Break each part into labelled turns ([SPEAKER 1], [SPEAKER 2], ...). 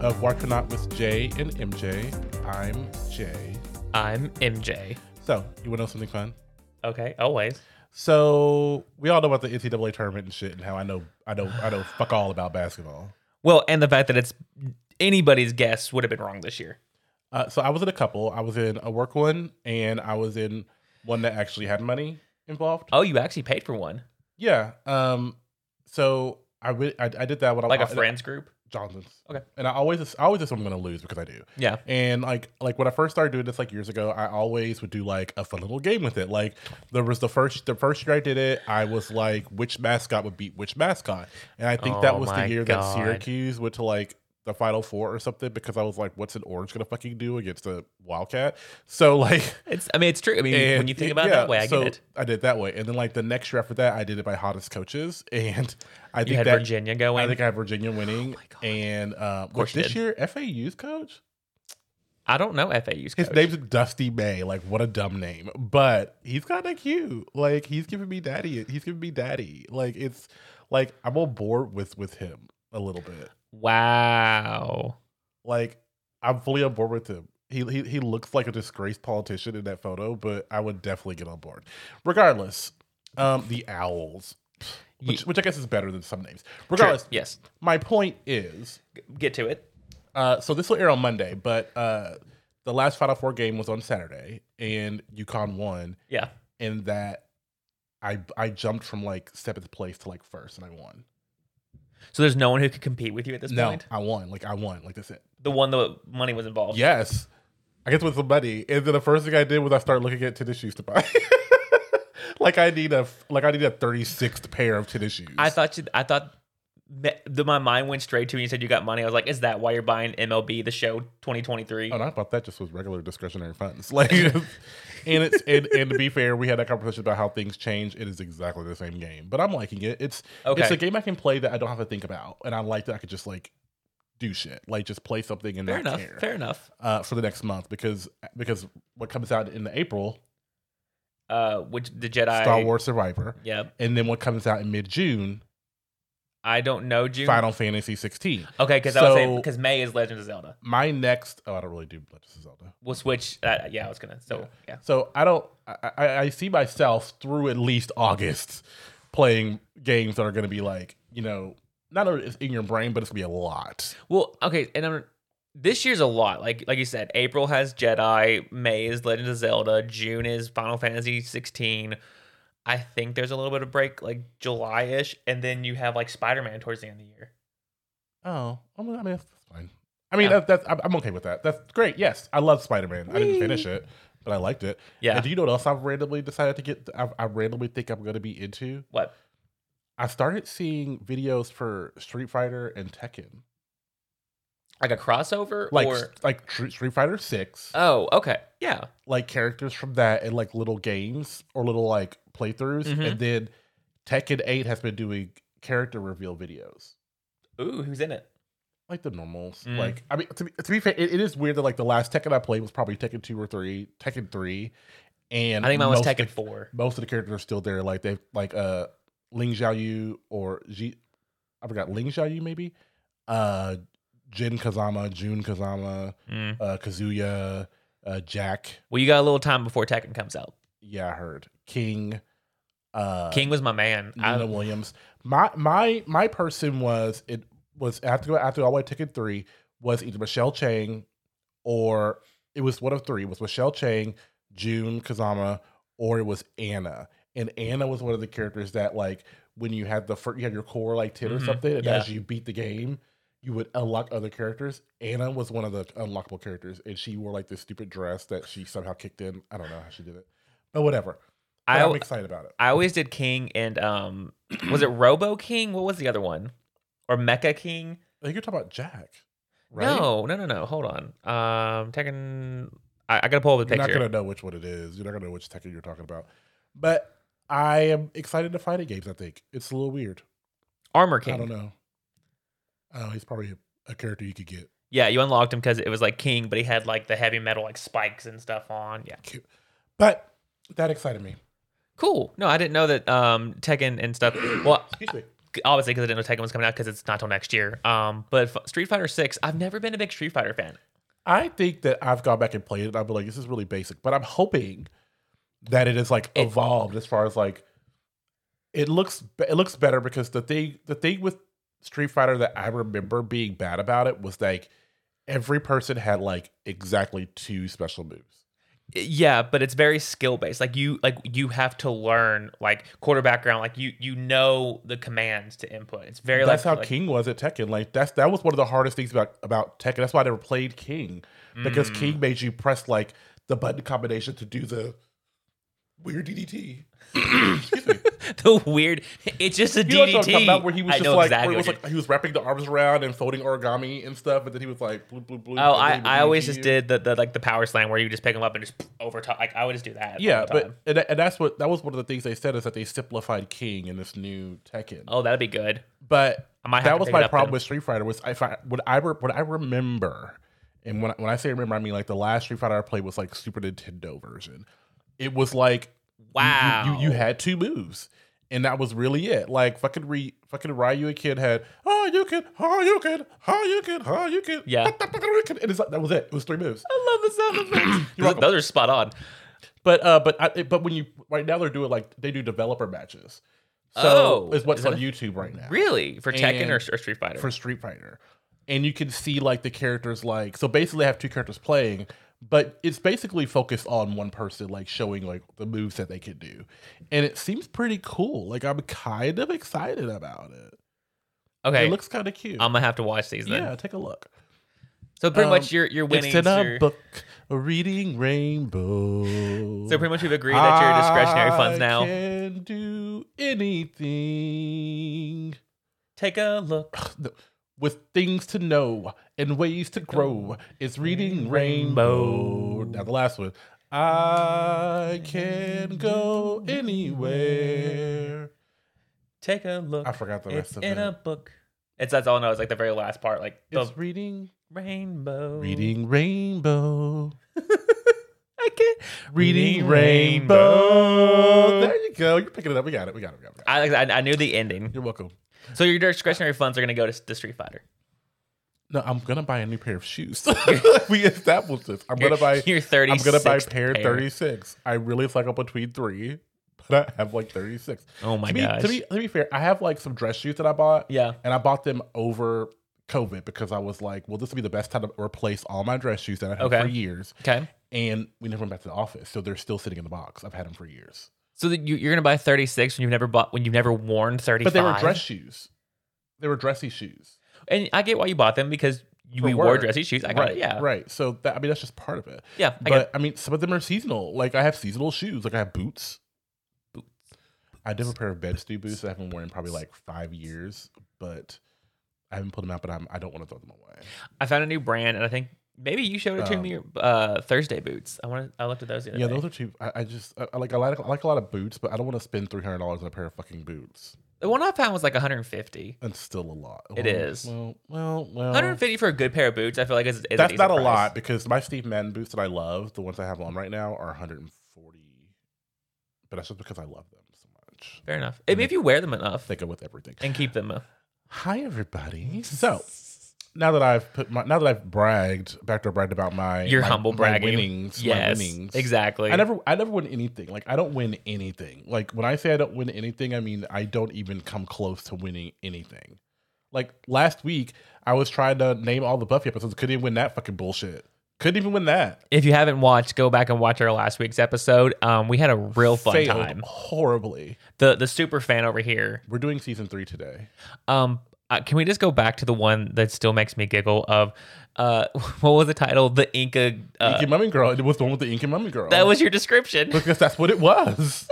[SPEAKER 1] of Why Not with Jay and MJ. I'm Jay.
[SPEAKER 2] I'm MJ.
[SPEAKER 1] So, you want to know something fun?
[SPEAKER 2] Okay, always.
[SPEAKER 1] So, we all know about the NCAA tournament and shit, and how I know, I know, I know fuck all about basketball.
[SPEAKER 2] Well, and the fact that it's anybody's guess would have been wrong this year.
[SPEAKER 1] Uh, so, I was in a couple. I was in a work one, and I was in one that actually had money involved.
[SPEAKER 2] Oh, you actually paid for one,
[SPEAKER 1] Yeah. Um. So I re- I, I did that when Oh, I
[SPEAKER 2] like a
[SPEAKER 1] was
[SPEAKER 2] friends group.
[SPEAKER 1] Johnson's.
[SPEAKER 2] Okay.
[SPEAKER 1] And I always I always assume I'm gonna lose because I do.
[SPEAKER 2] Yeah.
[SPEAKER 1] And like like when I first started doing this like years ago, I always would do like a fun little game with it. Like there was the first the first year I did it, I was like which mascot would beat which mascot, and I think that
[SPEAKER 2] Oh
[SPEAKER 1] was the
[SPEAKER 2] my
[SPEAKER 1] year that
[SPEAKER 2] God.
[SPEAKER 1] Syracuse went to like the Final Four or something because I was like, what's an orange gonna fucking do against a Wildcat? So like.
[SPEAKER 2] It's. I mean, it's true. I mean, when
[SPEAKER 1] And
[SPEAKER 2] you think
[SPEAKER 1] it-
[SPEAKER 2] about it
[SPEAKER 1] yeah,
[SPEAKER 2] that way, I
[SPEAKER 1] so
[SPEAKER 2] get it.
[SPEAKER 1] I did it that way, and then like the next year after that, I did it by hottest coaches, and I
[SPEAKER 2] You
[SPEAKER 1] think
[SPEAKER 2] had
[SPEAKER 1] that
[SPEAKER 2] Virginia
[SPEAKER 1] I
[SPEAKER 2] going.
[SPEAKER 1] think I had Virginia winning,
[SPEAKER 2] God.
[SPEAKER 1] and uh,
[SPEAKER 2] course
[SPEAKER 1] was
[SPEAKER 2] you
[SPEAKER 1] this
[SPEAKER 2] did.
[SPEAKER 1] year FAU's coach.
[SPEAKER 2] I don't know FAU's coach.
[SPEAKER 1] His name's Dusty May. Like, what a dumb name, but he's kind of cute. Like, he's giving me daddy. He's giving me daddy. Like, it's like I'm on board with with him a little bit.
[SPEAKER 2] Wow.
[SPEAKER 1] Like, I'm fully on board with him. He, he, he looks like a disgraced politician in that photo, but I would definitely get on board. Regardless, um, the owls,
[SPEAKER 2] Ye-
[SPEAKER 1] which, which I guess is better than some names.
[SPEAKER 2] True.
[SPEAKER 1] Regardless,
[SPEAKER 2] Yes.
[SPEAKER 1] my point is
[SPEAKER 2] G- Get to it.
[SPEAKER 1] Uh, so this will air on Monday, but uh, the last Final Four game was on Saturday, and UConn won.
[SPEAKER 2] Yeah.
[SPEAKER 1] In that, I I jumped from like seventh place to like first, and I won.
[SPEAKER 2] So there's no one who could compete with you at this
[SPEAKER 1] No,
[SPEAKER 2] point.
[SPEAKER 1] I won. Like I won. Like that's it.
[SPEAKER 2] The one that money was involved.
[SPEAKER 1] Yes, I guess with some money. And then the first thing I did was I started looking at tennis shoes to buy. like I need a like I need a thirty sixth pair of tennis shoes.
[SPEAKER 2] I thought you. I thought. me- The, my mind went straight to when you said you got money. I was like, "Is that why you're buying MLB the Show 2023?"
[SPEAKER 1] Oh, not about that. Just was regular discretionary funds. Like, and it's and, and to be fair, we had that conversation about how things change. It is exactly the same game, but I'm liking it. It's
[SPEAKER 2] Okay.
[SPEAKER 1] it's a game I can play that I don't have to think about, and I like that I could just like do shit, like just play something and
[SPEAKER 2] Fair
[SPEAKER 1] not
[SPEAKER 2] enough.
[SPEAKER 1] care
[SPEAKER 2] Fair enough.
[SPEAKER 1] Uh, for the next month because because what comes out in April,
[SPEAKER 2] uh which the jedi
[SPEAKER 1] Star Wars Survivor,
[SPEAKER 2] yeah
[SPEAKER 1] and then what comes out in mid June,
[SPEAKER 2] i don't know june
[SPEAKER 1] Final Fantasy 16.
[SPEAKER 2] okay because i was saying
[SPEAKER 1] So-
[SPEAKER 2] because may is legends of zelda
[SPEAKER 1] My next oh, I don't really do Legends of Zelda.
[SPEAKER 2] we'll switch uh, yeah i was gonna so yeah
[SPEAKER 1] So I don't. I, I I see myself through at least August playing games that are going to be like you know not only it's in your brain, but it's gonna be a lot.
[SPEAKER 2] well okay and i'm this year's a lot like like you said april has jedi may is legends of zelda june is final fantasy 16 i think there's a little bit of break like july-ish and then you have like spider-man towards the end of the year
[SPEAKER 1] Oh, I mean, I mean, that's fine. I mean,
[SPEAKER 2] Yeah.
[SPEAKER 1] that's, that's I'm- I'm okay with that. That's great. Yes, I love Spider Man. I didn't
[SPEAKER 2] Whee!
[SPEAKER 1] finish it, but I liked it.
[SPEAKER 2] Yeah.
[SPEAKER 1] And do you know what else I've randomly decided to get? I, I randomly think I'm going to be into.
[SPEAKER 2] what
[SPEAKER 1] I started seeing videos for Street Fighter and Tekken,
[SPEAKER 2] like a crossover
[SPEAKER 1] like
[SPEAKER 2] or
[SPEAKER 1] like Tr- Street Fighter Six.
[SPEAKER 2] oh okay yeah
[SPEAKER 1] like characters from that and like little games or little like playthroughs.
[SPEAKER 2] Mhm.
[SPEAKER 1] And then Tekken 8 has been doing character reveal videos.
[SPEAKER 2] ooh who's in it
[SPEAKER 1] Like the normals.
[SPEAKER 2] Mm.
[SPEAKER 1] Like I mean to be, to be fair, it, it is weird that like the last Tekken I played was probably Tekken 2 or 3, Tekken 3. And
[SPEAKER 2] i think mine was
[SPEAKER 1] most of the-
[SPEAKER 2] tekken 4
[SPEAKER 1] most of the characters are still there. Like they like uh Ling Xiaoyu or Ji I forgot Ling Xiaoyu maybe. Uh Jin Kazama, Jun Kazama,
[SPEAKER 2] Mm.
[SPEAKER 1] uh Kazuya, uh Jack.
[SPEAKER 2] well you got a little time before tekken comes out
[SPEAKER 1] Yeah, I heard King. Uh,
[SPEAKER 2] King was my man. I,
[SPEAKER 1] Lena Williams. My my my person was it was after go after all my ticket three was either Michelle Chang or it was one of three It was Michelle Chang, June Kazama, or it was Anna. And Anna was one of the characters that like when you had the first you had your core like 10 or
[SPEAKER 2] Mhm,
[SPEAKER 1] something, and
[SPEAKER 2] yeah.
[SPEAKER 1] as you beat the game, you would unlock other characters. Anna was one of the unlockable characters, and she wore like this stupid dress that she somehow kicked in. I don't know how she did it, but whatever. But
[SPEAKER 2] I,
[SPEAKER 1] I'm excited about it.
[SPEAKER 2] I always did King and um was it Robo King? What was the other one? Or Mecha King?
[SPEAKER 1] I think you're talking about Jack, right?
[SPEAKER 2] No, no, no, no. Hold on. Um Tekken I, I gotta pull up the
[SPEAKER 1] You're not
[SPEAKER 2] picture.
[SPEAKER 1] gonna know which one it is. You're not gonna know which Tekken you're talking about. But I am excited to find it games. I think it's a little weird.
[SPEAKER 2] Armor
[SPEAKER 1] I don't
[SPEAKER 2] King.
[SPEAKER 1] know. Oh, he's probably a, a character you could get.
[SPEAKER 2] Yeah, you unlocked him because it was like King, but he had like the heavy metal like spikes and stuff on. Yeah.
[SPEAKER 1] But that excited me.
[SPEAKER 2] Cool. No, I didn't know that um Tekken and stuff well
[SPEAKER 1] Excuse me.
[SPEAKER 2] obviously because I didn't know Tekken was coming out because it's not till next year. Um, but F- Street Fighter Six, I've never been a big Street Fighter fan.
[SPEAKER 1] I think that I've gone back and played it. and I've been like, this is really basic, but I'm hoping that it is like
[SPEAKER 2] It-
[SPEAKER 1] evolved as far as like it looks. be- It looks better because the thing the thing with Street Fighter that I remember being bad about it was like every person had like exactly two special moves.
[SPEAKER 2] Yeah, but it's very skill based. Like you, like you have to learn like quarterback ground. Like you, you know the commands to input. It's very
[SPEAKER 1] that's
[SPEAKER 2] like
[SPEAKER 1] how
[SPEAKER 2] like-
[SPEAKER 1] King was at Tekken. Like that's that was one of the hardest things about about Tekken. That's why I never played King because
[SPEAKER 2] Mm.
[SPEAKER 1] King made you press like the button combination to do the weird DDT. Excuse me.
[SPEAKER 2] the weird. It's just a
[SPEAKER 1] You know what I'm
[SPEAKER 2] DDT.
[SPEAKER 1] talking about where he was
[SPEAKER 2] I
[SPEAKER 1] just
[SPEAKER 2] know
[SPEAKER 1] like,
[SPEAKER 2] exactly
[SPEAKER 1] where it was
[SPEAKER 2] what
[SPEAKER 1] like he was wrapping the arms around and folding origami and stuff, and then he was like, bloop, bloop, bloop.
[SPEAKER 2] you- oh, I,
[SPEAKER 1] and then he would
[SPEAKER 2] I always
[SPEAKER 1] DDT
[SPEAKER 2] just
[SPEAKER 1] you.
[SPEAKER 2] did the, the like the power slam where you just pick them up and just over top. Like I would just do that. all
[SPEAKER 1] Yeah,
[SPEAKER 2] the
[SPEAKER 1] but
[SPEAKER 2] time.
[SPEAKER 1] and, and that's what that was one of the things they said is that they simplified King in this new Tekken.
[SPEAKER 2] oh, that'd be good.
[SPEAKER 1] But
[SPEAKER 2] I might have to
[SPEAKER 1] that was
[SPEAKER 2] pick it
[SPEAKER 1] my
[SPEAKER 2] up
[SPEAKER 1] problem
[SPEAKER 2] then.
[SPEAKER 1] with Street Fighter was if I when I re- when I remember, and when I, when I say remember, I mean like the last Street Fighter I played was like Super Nintendo version. It was like you-
[SPEAKER 2] Wow,
[SPEAKER 1] you, you, you had two moves. And that was really it. Like fucking re fucking Ryu a kid had oh you can oh you can oh you can oh you can
[SPEAKER 2] Yeah.
[SPEAKER 1] and it's like, that was it. It was three moves.
[SPEAKER 2] I love the sound effects.
[SPEAKER 1] You're
[SPEAKER 2] those,
[SPEAKER 1] welcome.
[SPEAKER 2] those are spot on.
[SPEAKER 1] But uh, but I, but when you right now they're doing like they do developer matches. So
[SPEAKER 2] Oh,
[SPEAKER 1] is what's
[SPEAKER 2] is that
[SPEAKER 1] on
[SPEAKER 2] a-
[SPEAKER 1] YouTube right now.
[SPEAKER 2] Really, for Tekken
[SPEAKER 1] And-
[SPEAKER 2] or, or Street Fighter?
[SPEAKER 1] for Street Fighter. And you can see like the characters like so basically I have two characters playing, but it's basically focused on one person like showing like the moves that they can do. And it seems pretty cool. Like I'm kind of excited about it.
[SPEAKER 2] okay,
[SPEAKER 1] It looks kind of cute.
[SPEAKER 2] I'm gonna have to watch these then.
[SPEAKER 1] yeah, take a look.
[SPEAKER 2] So pretty
[SPEAKER 1] Um,
[SPEAKER 2] much you're you're winning.
[SPEAKER 1] It's in a
[SPEAKER 2] your-
[SPEAKER 1] book, a reading rainbow.
[SPEAKER 2] So pretty much we've agreed that your discretionary funds
[SPEAKER 1] I
[SPEAKER 2] now.
[SPEAKER 1] can do anything.
[SPEAKER 2] Take a look.
[SPEAKER 1] th- with things to know and ways to grow. It's reading
[SPEAKER 2] Rainbow.
[SPEAKER 1] rainbow. Now the last one. I can go anywhere.
[SPEAKER 2] Take a look.
[SPEAKER 1] I forgot the
[SPEAKER 2] it's
[SPEAKER 1] rest of it.
[SPEAKER 2] in a book. It's that's all I know. It's like the very last part, like the
[SPEAKER 1] it's reading,
[SPEAKER 2] rainbow.
[SPEAKER 1] reading rainbow,
[SPEAKER 2] I can't.
[SPEAKER 1] reading
[SPEAKER 2] Reading
[SPEAKER 1] rainbow.
[SPEAKER 2] rainbow.
[SPEAKER 1] There you go. You're picking it up. We got it. We got it. We got it. We got it.
[SPEAKER 2] I like. I, I knew the ending.
[SPEAKER 1] You're welcome.
[SPEAKER 2] So your discretionary funds are gonna go to the Street Fighter.
[SPEAKER 1] No, I'm gonna buy a new pair of shoes. we established this. I'm gonna
[SPEAKER 2] Your-
[SPEAKER 1] buy.
[SPEAKER 2] your 30
[SPEAKER 1] I'm gonna buy pair 36. I really cycle between three, but I have like 36.
[SPEAKER 2] Oh my
[SPEAKER 1] to be,
[SPEAKER 2] gosh.
[SPEAKER 1] To be, to be fair, I have like some dress shoes that I bought,
[SPEAKER 2] yeah.
[SPEAKER 1] and I bought them over COVID because I was like, well, this will be the best time to replace all my dress shoes that I've had
[SPEAKER 2] Okay.
[SPEAKER 1] for years.
[SPEAKER 2] Okay.
[SPEAKER 1] And we never went back to the office, so they're still sitting in the box. I've had them for years,
[SPEAKER 2] So that you, you're gonna buy 36 when you've never bought when you've never worn
[SPEAKER 1] but
[SPEAKER 2] 35.
[SPEAKER 1] they were dress shoes. They were dressy shoes.
[SPEAKER 2] And I get why you bought them because you,
[SPEAKER 1] For
[SPEAKER 2] we wore
[SPEAKER 1] work.
[SPEAKER 2] dressy shoes. I got
[SPEAKER 1] right.
[SPEAKER 2] it. Yeah.
[SPEAKER 1] Right. So that I mean, that's just part of it.
[SPEAKER 2] Yeah. I
[SPEAKER 1] but
[SPEAKER 2] get
[SPEAKER 1] I mean, some of them are seasonal. Like I have seasonal shoes. Like I have boots.
[SPEAKER 2] Boots.
[SPEAKER 1] I do have a pair of bedstew boots that I haven't worn in probably like five years, but I haven't put them out. But I'm I don't want to throw them away.
[SPEAKER 2] I found a new brand, and I think maybe you showed it to
[SPEAKER 1] Um,
[SPEAKER 2] me. Uh, Thursday boots. I want. I looked at those. The other
[SPEAKER 1] Yeah,
[SPEAKER 2] day.
[SPEAKER 1] those are cheap. I, I just I, I like I like I like a lot of boots, but I don't want to spend three hundred dollars on a pair of fucking boots.
[SPEAKER 2] The one I found was like 150.
[SPEAKER 1] That's still a lot.
[SPEAKER 2] It
[SPEAKER 1] It
[SPEAKER 2] is.
[SPEAKER 1] is. well, Well, well, well.
[SPEAKER 2] 150 for a good pair of boots. I feel like is, is
[SPEAKER 1] Oh. That's
[SPEAKER 2] a
[SPEAKER 1] not
[SPEAKER 2] decent
[SPEAKER 1] a
[SPEAKER 2] price.
[SPEAKER 1] lot because my Steve Madden boots that I love, the ones I have on right now, are 140. But that's just because I love them so much.
[SPEAKER 2] Fair enough. Maybe if you wear them enough
[SPEAKER 1] They go with everything.
[SPEAKER 2] and keep them up.
[SPEAKER 1] Hi everybody. So now that I've put my now that I've bragged, backdoor bragged about my
[SPEAKER 2] You're
[SPEAKER 1] my-
[SPEAKER 2] humble
[SPEAKER 1] my
[SPEAKER 2] bragging.
[SPEAKER 1] winnings, my
[SPEAKER 2] yes,
[SPEAKER 1] winnings.
[SPEAKER 2] exactly.
[SPEAKER 1] I never I never win anything. Like I don't win anything. Like when I say I don't win anything, I mean I don't even come close to winning anything. Like last week, I was trying to name all the Buffy episodes. Couldn't even win that fucking bullshit. Couldn't even win that.
[SPEAKER 2] if you haven't watched, go back and watch our last week's episode. Um, we had a real fun
[SPEAKER 1] Failed
[SPEAKER 2] time.
[SPEAKER 1] horribly.
[SPEAKER 2] The the super fan over here.
[SPEAKER 1] We're doing season three today.
[SPEAKER 2] Um, uh, can we just go back to the one that still makes me giggle? Of, uh, what was the title? The Inca. Uh,
[SPEAKER 1] Inky Mummy Girl. It was the one with the Inky Mummy Girl.
[SPEAKER 2] that was your description.
[SPEAKER 1] because that's what it was.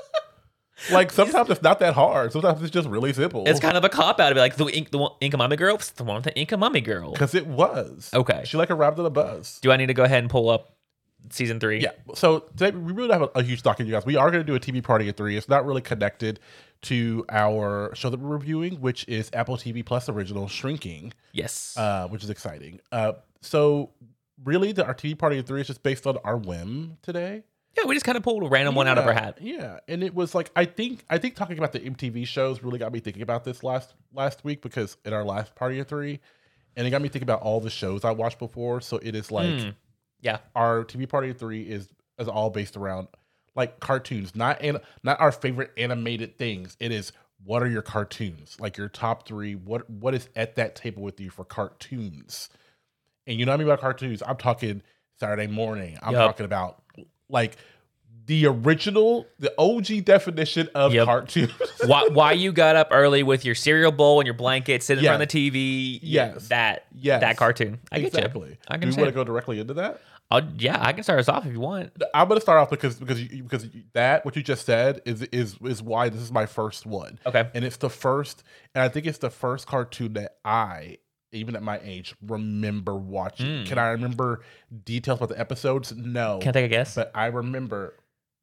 [SPEAKER 1] like sometimes it's not that hard. Sometimes it's just really simple.
[SPEAKER 2] It's kind of a cop out to be like the ink, the one- Inca Mummy Girl, Psst, the one with the Inca Mummy Girl.
[SPEAKER 1] because it was
[SPEAKER 2] Okay.
[SPEAKER 1] She like arrived on a bus.
[SPEAKER 2] Do I need to go ahead and pull up season three?
[SPEAKER 1] Yeah. So today we really don't have a, a huge docket, you guys. We are going to do a TV party at three. It's not really connected to our show that we're reviewing, which is Apple TV Plus original Shrinking,
[SPEAKER 2] Yes.
[SPEAKER 1] uh, which is exciting. Uh, so really, the, our TV party at three is just based on our whim today.
[SPEAKER 2] Yeah, we just kind of pulled a random one out of
[SPEAKER 1] Yeah,
[SPEAKER 2] our hat.
[SPEAKER 1] Yeah, and it was like I think I think talking about the MTV shows really got me thinking about this last last week because in our last party of three, and it got me thinking about all the shows I watched before. So it is like
[SPEAKER 2] Mm. Yeah.
[SPEAKER 1] our TV party of three is is all based around like cartoons, not an, not our favorite animated things. It is what are your cartoons like your top three? What what is at that table with you for cartoons? And you know what I mean by cartoons? I'm talking Saturday morning. I'm
[SPEAKER 2] Yup.
[SPEAKER 1] talking about like the original, the OG definition of
[SPEAKER 2] Yup.
[SPEAKER 1] cartoons.
[SPEAKER 2] why, why you got up early with your cereal bowl and your blanket, sitting in
[SPEAKER 1] Yes.
[SPEAKER 2] front of the TV? yeah,
[SPEAKER 1] Yes.
[SPEAKER 2] That
[SPEAKER 1] yes,
[SPEAKER 2] that cartoon. I get you.
[SPEAKER 1] exactly.
[SPEAKER 2] I can
[SPEAKER 1] Do you
[SPEAKER 2] say
[SPEAKER 1] want to
[SPEAKER 2] it.
[SPEAKER 1] go directly into that?
[SPEAKER 2] I'll, yeah, I can start us off if you want.
[SPEAKER 1] I'm gonna start off because because you, because you- that what you just said is is is why this is my first one,
[SPEAKER 2] Okay.
[SPEAKER 1] and it's the first, and I think it's the first cartoon that I, even at my age, remember watching.
[SPEAKER 2] Mm.
[SPEAKER 1] Can I remember details about the episodes? No,
[SPEAKER 2] Can I take a guess?
[SPEAKER 1] but I remember.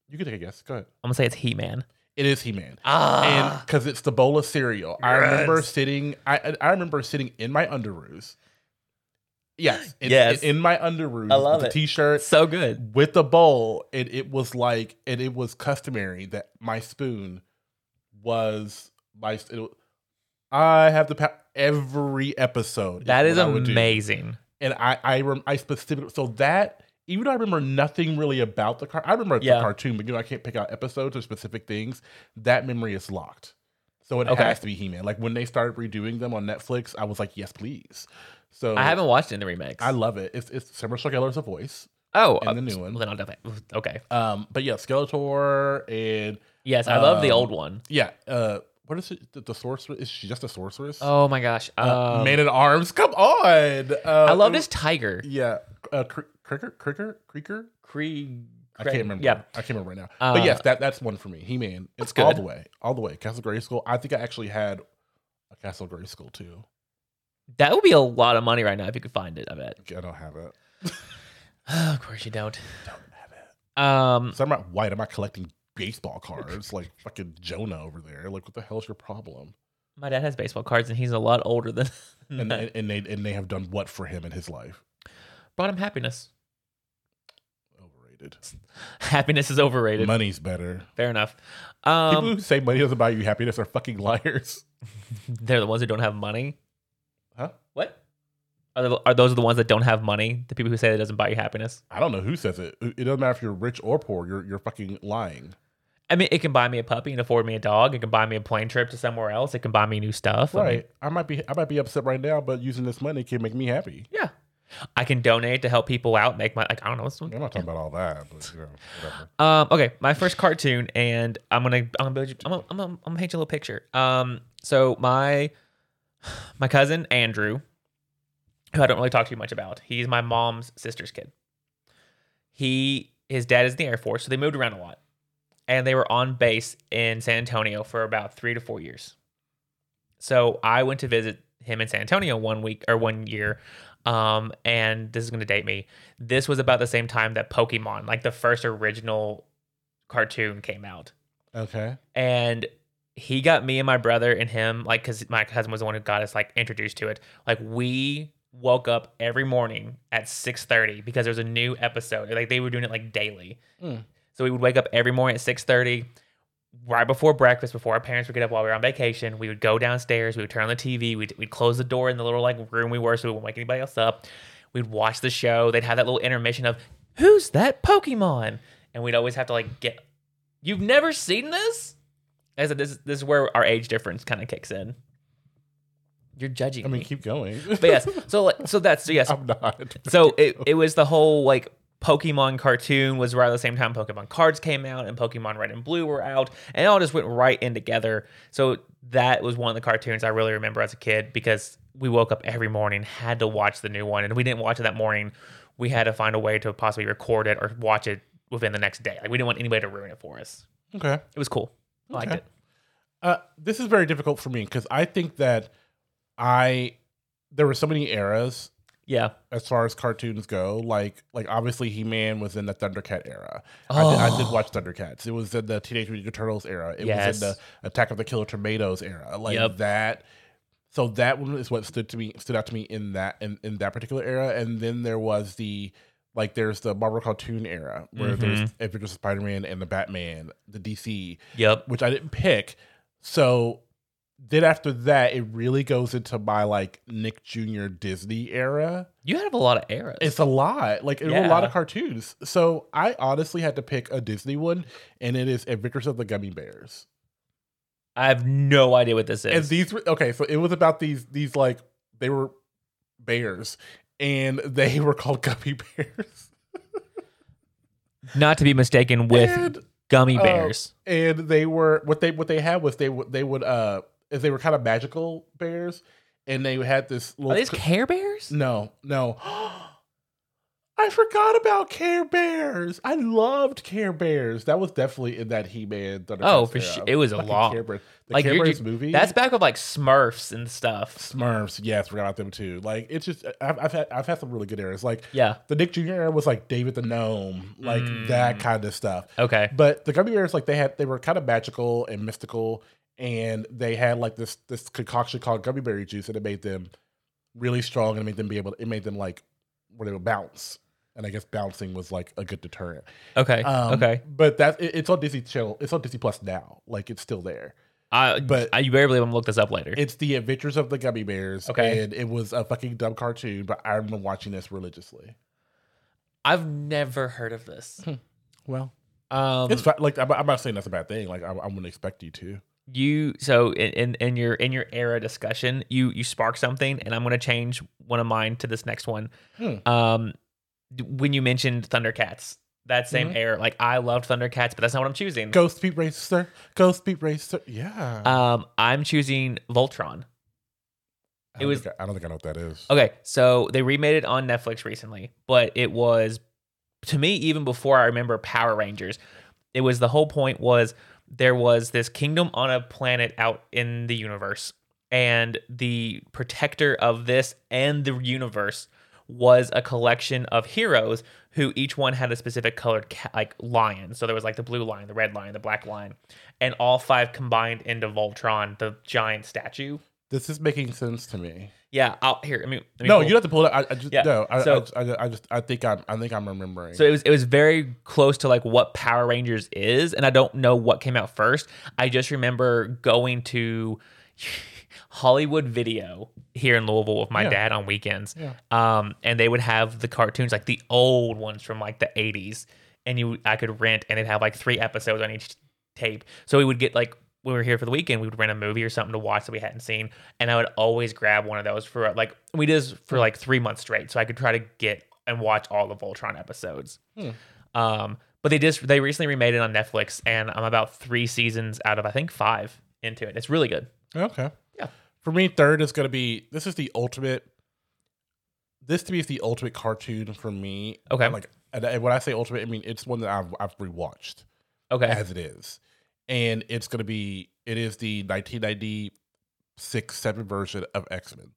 [SPEAKER 1] You can take a guess. Go ahead.
[SPEAKER 2] I'm gonna say it's He Man.
[SPEAKER 1] It is He Man and
[SPEAKER 2] Ah,
[SPEAKER 1] because it's the bowl of cereal. I remember
[SPEAKER 2] Yes.
[SPEAKER 1] sitting. I I- I remember sitting in my underoos. Yes, in,
[SPEAKER 2] Yes.
[SPEAKER 1] in, in my underoos.
[SPEAKER 2] I love
[SPEAKER 1] with
[SPEAKER 2] it.
[SPEAKER 1] The t-shirt
[SPEAKER 2] so good.
[SPEAKER 1] with the bowl and it was like and it was customary that my spoon was my it, wa- i have the pa- every episode
[SPEAKER 2] That is
[SPEAKER 1] what I would do.
[SPEAKER 2] amazing.
[SPEAKER 1] and i i rem- i specifically so that even though i remember nothing really about the car i remember the
[SPEAKER 2] Yeah.
[SPEAKER 1] cartoon but you know i can't pick out episodes or specific things that memory is locked so it
[SPEAKER 2] Okay.
[SPEAKER 1] has to be he-man like when they started redoing them on netflix i was like yes please so
[SPEAKER 2] I haven't watched it in the remix.
[SPEAKER 1] I love it. It's it's Summer Struggler's a voice.
[SPEAKER 2] oh,
[SPEAKER 1] and
[SPEAKER 2] uh,
[SPEAKER 1] the new one.
[SPEAKER 2] well, Then I'll definitely. Okay.
[SPEAKER 1] Um, but yeah, Skeletor and
[SPEAKER 2] Yes, I love the
[SPEAKER 1] Um,
[SPEAKER 2] old one.
[SPEAKER 1] Yeah. Uh, what is it? The, the sorceress? Is she just a sorceress?
[SPEAKER 2] Oh my gosh.
[SPEAKER 1] Uh,
[SPEAKER 2] Um,
[SPEAKER 1] Man at Arms. Come on. Uh,
[SPEAKER 2] I love this tiger.
[SPEAKER 1] Yeah. Uh, cr- cricker, cricker, creaker.
[SPEAKER 2] Kree.
[SPEAKER 1] I can't remember.
[SPEAKER 2] Yeah.
[SPEAKER 1] I can't remember right now.
[SPEAKER 2] Uh,
[SPEAKER 1] but yes, that that's one for me. He Man. It's
[SPEAKER 2] That's good.
[SPEAKER 1] all the way, all the way. Castle Gray School. I think I actually had a Castle Gray School too.
[SPEAKER 2] That would be a lot of money right now if you could find it. I bet.
[SPEAKER 1] I don't have it.
[SPEAKER 2] of course you don't.
[SPEAKER 1] Don't have it.
[SPEAKER 2] Um,
[SPEAKER 1] So I'm not white. I'm not collecting baseball cards like fucking Jonah over there. Like, what the hell's your problem?
[SPEAKER 2] my dad has baseball cards, and he's a lot older than.
[SPEAKER 1] And,
[SPEAKER 2] that.
[SPEAKER 1] and and they and they have done what for him in his life?
[SPEAKER 2] Brought him happiness.
[SPEAKER 1] Overrated.
[SPEAKER 2] Happiness is overrated.
[SPEAKER 1] Money's better.
[SPEAKER 2] Fair enough.
[SPEAKER 1] People
[SPEAKER 2] Um,
[SPEAKER 1] who say money doesn't buy you happiness are fucking liars.
[SPEAKER 2] they're the ones who don't have money.
[SPEAKER 1] Huh?
[SPEAKER 2] What? Are, the, are those the ones that don't have money? The people who say that doesn't buy you happiness?
[SPEAKER 1] I don't know who says it. It doesn't matter if you're rich or poor. You're you're fucking lying.
[SPEAKER 2] I mean, it can buy me a puppy and afford me a dog. It can buy me a plane trip to somewhere else. It can buy me new stuff. I mean,
[SPEAKER 1] Right. I might be I might be upset right now, but using this money can make me happy.
[SPEAKER 2] yeah. I can donate to help people out. Make my like I don't know. What's
[SPEAKER 1] I'm not talking about all that, but you know, whatever.
[SPEAKER 2] Um, okay, my first cartoon, and I'm gonna I'm gonna build you, I'm gonna, I'm gonna, I'm gonna paint you a little picture. Um, so my my cousin Andrew, who I don't really talk to you much about, he's my mom's sister's kid. He his dad is in the Air Force, so they moved around a lot, and they were on base in San Antonio for about three to four years. So I went to visit him in San Antonio one week or one year. Um, and this is gonna date me this was about the same time that Pokemon, like the first original cartoon, came out.
[SPEAKER 1] Okay.
[SPEAKER 2] And he got me and my brother and him, like, because my cousin was the one who got us like introduced to it. Like, we woke up every morning at six thirty because there was a new episode. Like, they were doing it like daily.
[SPEAKER 1] Mm.
[SPEAKER 2] So we would wake up every morning at six thirty, right before breakfast, before our parents would get up while we were on vacation. We would go downstairs. We would turn on the TV. We'd, we'd close the door in the little like room we were so we wouldn't wake anybody else up. We'd watch the show. They'd have that little intermission of who's that Pokemon, and we'd always have to like get. You've never seen this? I said this. This is where our age difference kind of kicks in. You're judging
[SPEAKER 1] I mean,
[SPEAKER 2] me,
[SPEAKER 1] keep going.
[SPEAKER 2] but yes. So like, so that's so yes
[SPEAKER 1] I'm not.
[SPEAKER 2] so it, it was the whole like Pokemon cartoon was right at the same time Pokemon cards came out and Pokemon Red and Blue were out, and it all just went right in together. So that was one of the cartoons I really remember as a kid because we woke up every morning, had to watch the new one, and we didn't watch it that morning. We had to find a way to possibly record it or watch it within the next day. Like we didn't want anybody to ruin it for us.
[SPEAKER 1] Okay.
[SPEAKER 2] It was cool. I liked
[SPEAKER 1] Okay.
[SPEAKER 2] it.
[SPEAKER 1] Uh, this is very difficult for me because I think that I there were so many eras
[SPEAKER 2] Yeah.
[SPEAKER 1] as far as cartoons go, like like obviously He Man was in the Thundercat era. I, did, I did
[SPEAKER 2] Oh.
[SPEAKER 1] watch Thundercats. It was in the Teenage Mutant Ninja Turtles era. It was
[SPEAKER 2] Yes.
[SPEAKER 1] in the Attack of the Killer Tomatoes era. Like
[SPEAKER 2] Yep.
[SPEAKER 1] that. So that one is what stood to me stood out to me in that in, in that particular era. And then there was the Like there's the Marvel cartoon era where
[SPEAKER 2] Mm-hmm.
[SPEAKER 1] there's Adventures of Spider Man and the Batman, the DC,
[SPEAKER 2] Yep.
[SPEAKER 1] which I didn't pick. So then after that, it really goes into my like Nick Jr. Disney era.
[SPEAKER 2] You have a lot of eras.
[SPEAKER 1] It's a lot. Like it was a lot of
[SPEAKER 2] Yeah.
[SPEAKER 1] cartoons. So I honestly had to pick a Disney one, and it is Adventures of the Gummy Bears.
[SPEAKER 2] I have no idea what this
[SPEAKER 1] And
[SPEAKER 2] is.
[SPEAKER 1] these were okay, so it was about these these like they were bears and they were called gummy bears.
[SPEAKER 2] Not to be mistaken with
[SPEAKER 1] and,
[SPEAKER 2] gummy
[SPEAKER 1] uh,
[SPEAKER 2] bears.
[SPEAKER 1] and they were what they what they had was they would they would uh is they were kind of magical bears and they had this little
[SPEAKER 2] Are these
[SPEAKER 1] cr-
[SPEAKER 2] Care Bears?
[SPEAKER 1] No, no. I forgot about Care Bears. I loved Care Bears. That was definitely in that He Man.
[SPEAKER 2] Oh, for sure. It was a lot.
[SPEAKER 1] Care Bears. The
[SPEAKER 2] Like,
[SPEAKER 1] Care
[SPEAKER 2] you're-
[SPEAKER 1] Bears movie.
[SPEAKER 2] That's back with like Smurfs and stuff.
[SPEAKER 1] Smurfs. Yes, forgot about them too. Like it's just I've, I've had I've had some really good eras. Like
[SPEAKER 2] Yeah.
[SPEAKER 1] the Nick Jr. era was like David the Gnome, like
[SPEAKER 2] Mm.
[SPEAKER 1] that kind of stuff.
[SPEAKER 2] Okay.
[SPEAKER 1] But the gummy bears, like they had, they were kind of magical and mystical, and they had like this this concoction called gummy berry juice, and it made them really strong, and it made them be able, to, it made them like where they would bounce, and I guess bouncing was like a good deterrent.
[SPEAKER 2] Okay.
[SPEAKER 1] Um,
[SPEAKER 2] okay.
[SPEAKER 1] but that it, it's on Disney Channel, it's on Disney Plus now, like it's still there.
[SPEAKER 2] I,
[SPEAKER 1] but-
[SPEAKER 2] but I, you better believe I'm gonna look this up later.
[SPEAKER 1] It's the Adventures of the Gummy Bears,
[SPEAKER 2] Okay.
[SPEAKER 1] and it was a fucking dumb cartoon, but I remember watching this religiously.
[SPEAKER 2] I've never heard of this.
[SPEAKER 1] Well,
[SPEAKER 2] Um,
[SPEAKER 1] Hmm. it's fi- like I'm, I'm not saying that's a bad thing. Like I, I wouldn't expect you to.
[SPEAKER 2] you so in, in in your in your era discussion you you spark something and i'm going to change one of mine to this next one
[SPEAKER 1] Hmm.
[SPEAKER 2] um d- when you mentioned thundercats that same
[SPEAKER 1] Mhm.
[SPEAKER 2] era like i loved thundercats but that's not what i'm choosing
[SPEAKER 1] Ghost Speed Racer, Ghost Speed Racer, yeah.
[SPEAKER 2] um i'm choosing
[SPEAKER 1] I
[SPEAKER 2] voltron It
[SPEAKER 1] don't
[SPEAKER 2] was-
[SPEAKER 1] think I, I don't think I know what that is.
[SPEAKER 2] okay so they remade it on netflix recently but it was to me even before i remember power rangers it was the whole point was there was this kingdom on a planet out in the universe and the protector of this and the universe was a collection of heroes who each one had a specific colored ca- like lion so there was like the blue lion the red lion the black lion and all five combined into voltron the giant statue
[SPEAKER 1] This is making sense to me.
[SPEAKER 2] yeah out here i mean I mean,
[SPEAKER 1] no,
[SPEAKER 2] pull-
[SPEAKER 1] you don't have to pull it. I, I just
[SPEAKER 2] Yeah,
[SPEAKER 1] no. I,
[SPEAKER 2] so-
[SPEAKER 1] I, I, I just I think I'm I think I'm remembering.
[SPEAKER 2] So it was it was very close to like what Power Rangers is, and I don't know what came out first. I just remember going to Hollywood Video here in Louisville with my
[SPEAKER 1] Yeah.
[SPEAKER 2] dad on weekends,
[SPEAKER 1] Yeah.
[SPEAKER 2] um, and they would have the cartoons like the old ones from like the eighties, and you I could rent, and they'd have like three episodes on each tape. So we would get like when we were here for the weekend, we would rent a movie or something to watch that we hadn't seen, and I would always grab one of those for like we did this for like three months straight, so I could try to get and watch all the Voltron episodes.
[SPEAKER 1] Hmm.
[SPEAKER 2] Um, but they just they recently remade it on Netflix, and I'm about three seasons out of I think five into it. It's really good.
[SPEAKER 1] okay.
[SPEAKER 2] Yeah.
[SPEAKER 1] For me, third is going to be this is the ultimate. This to me is the ultimate cartoon for me.
[SPEAKER 2] Okay.
[SPEAKER 1] Like, and, and when I say ultimate, I mean it's one that I've I've rewatched.
[SPEAKER 2] Okay,
[SPEAKER 1] as it is. And it's going to be, it is the 1996 7 version of X Men,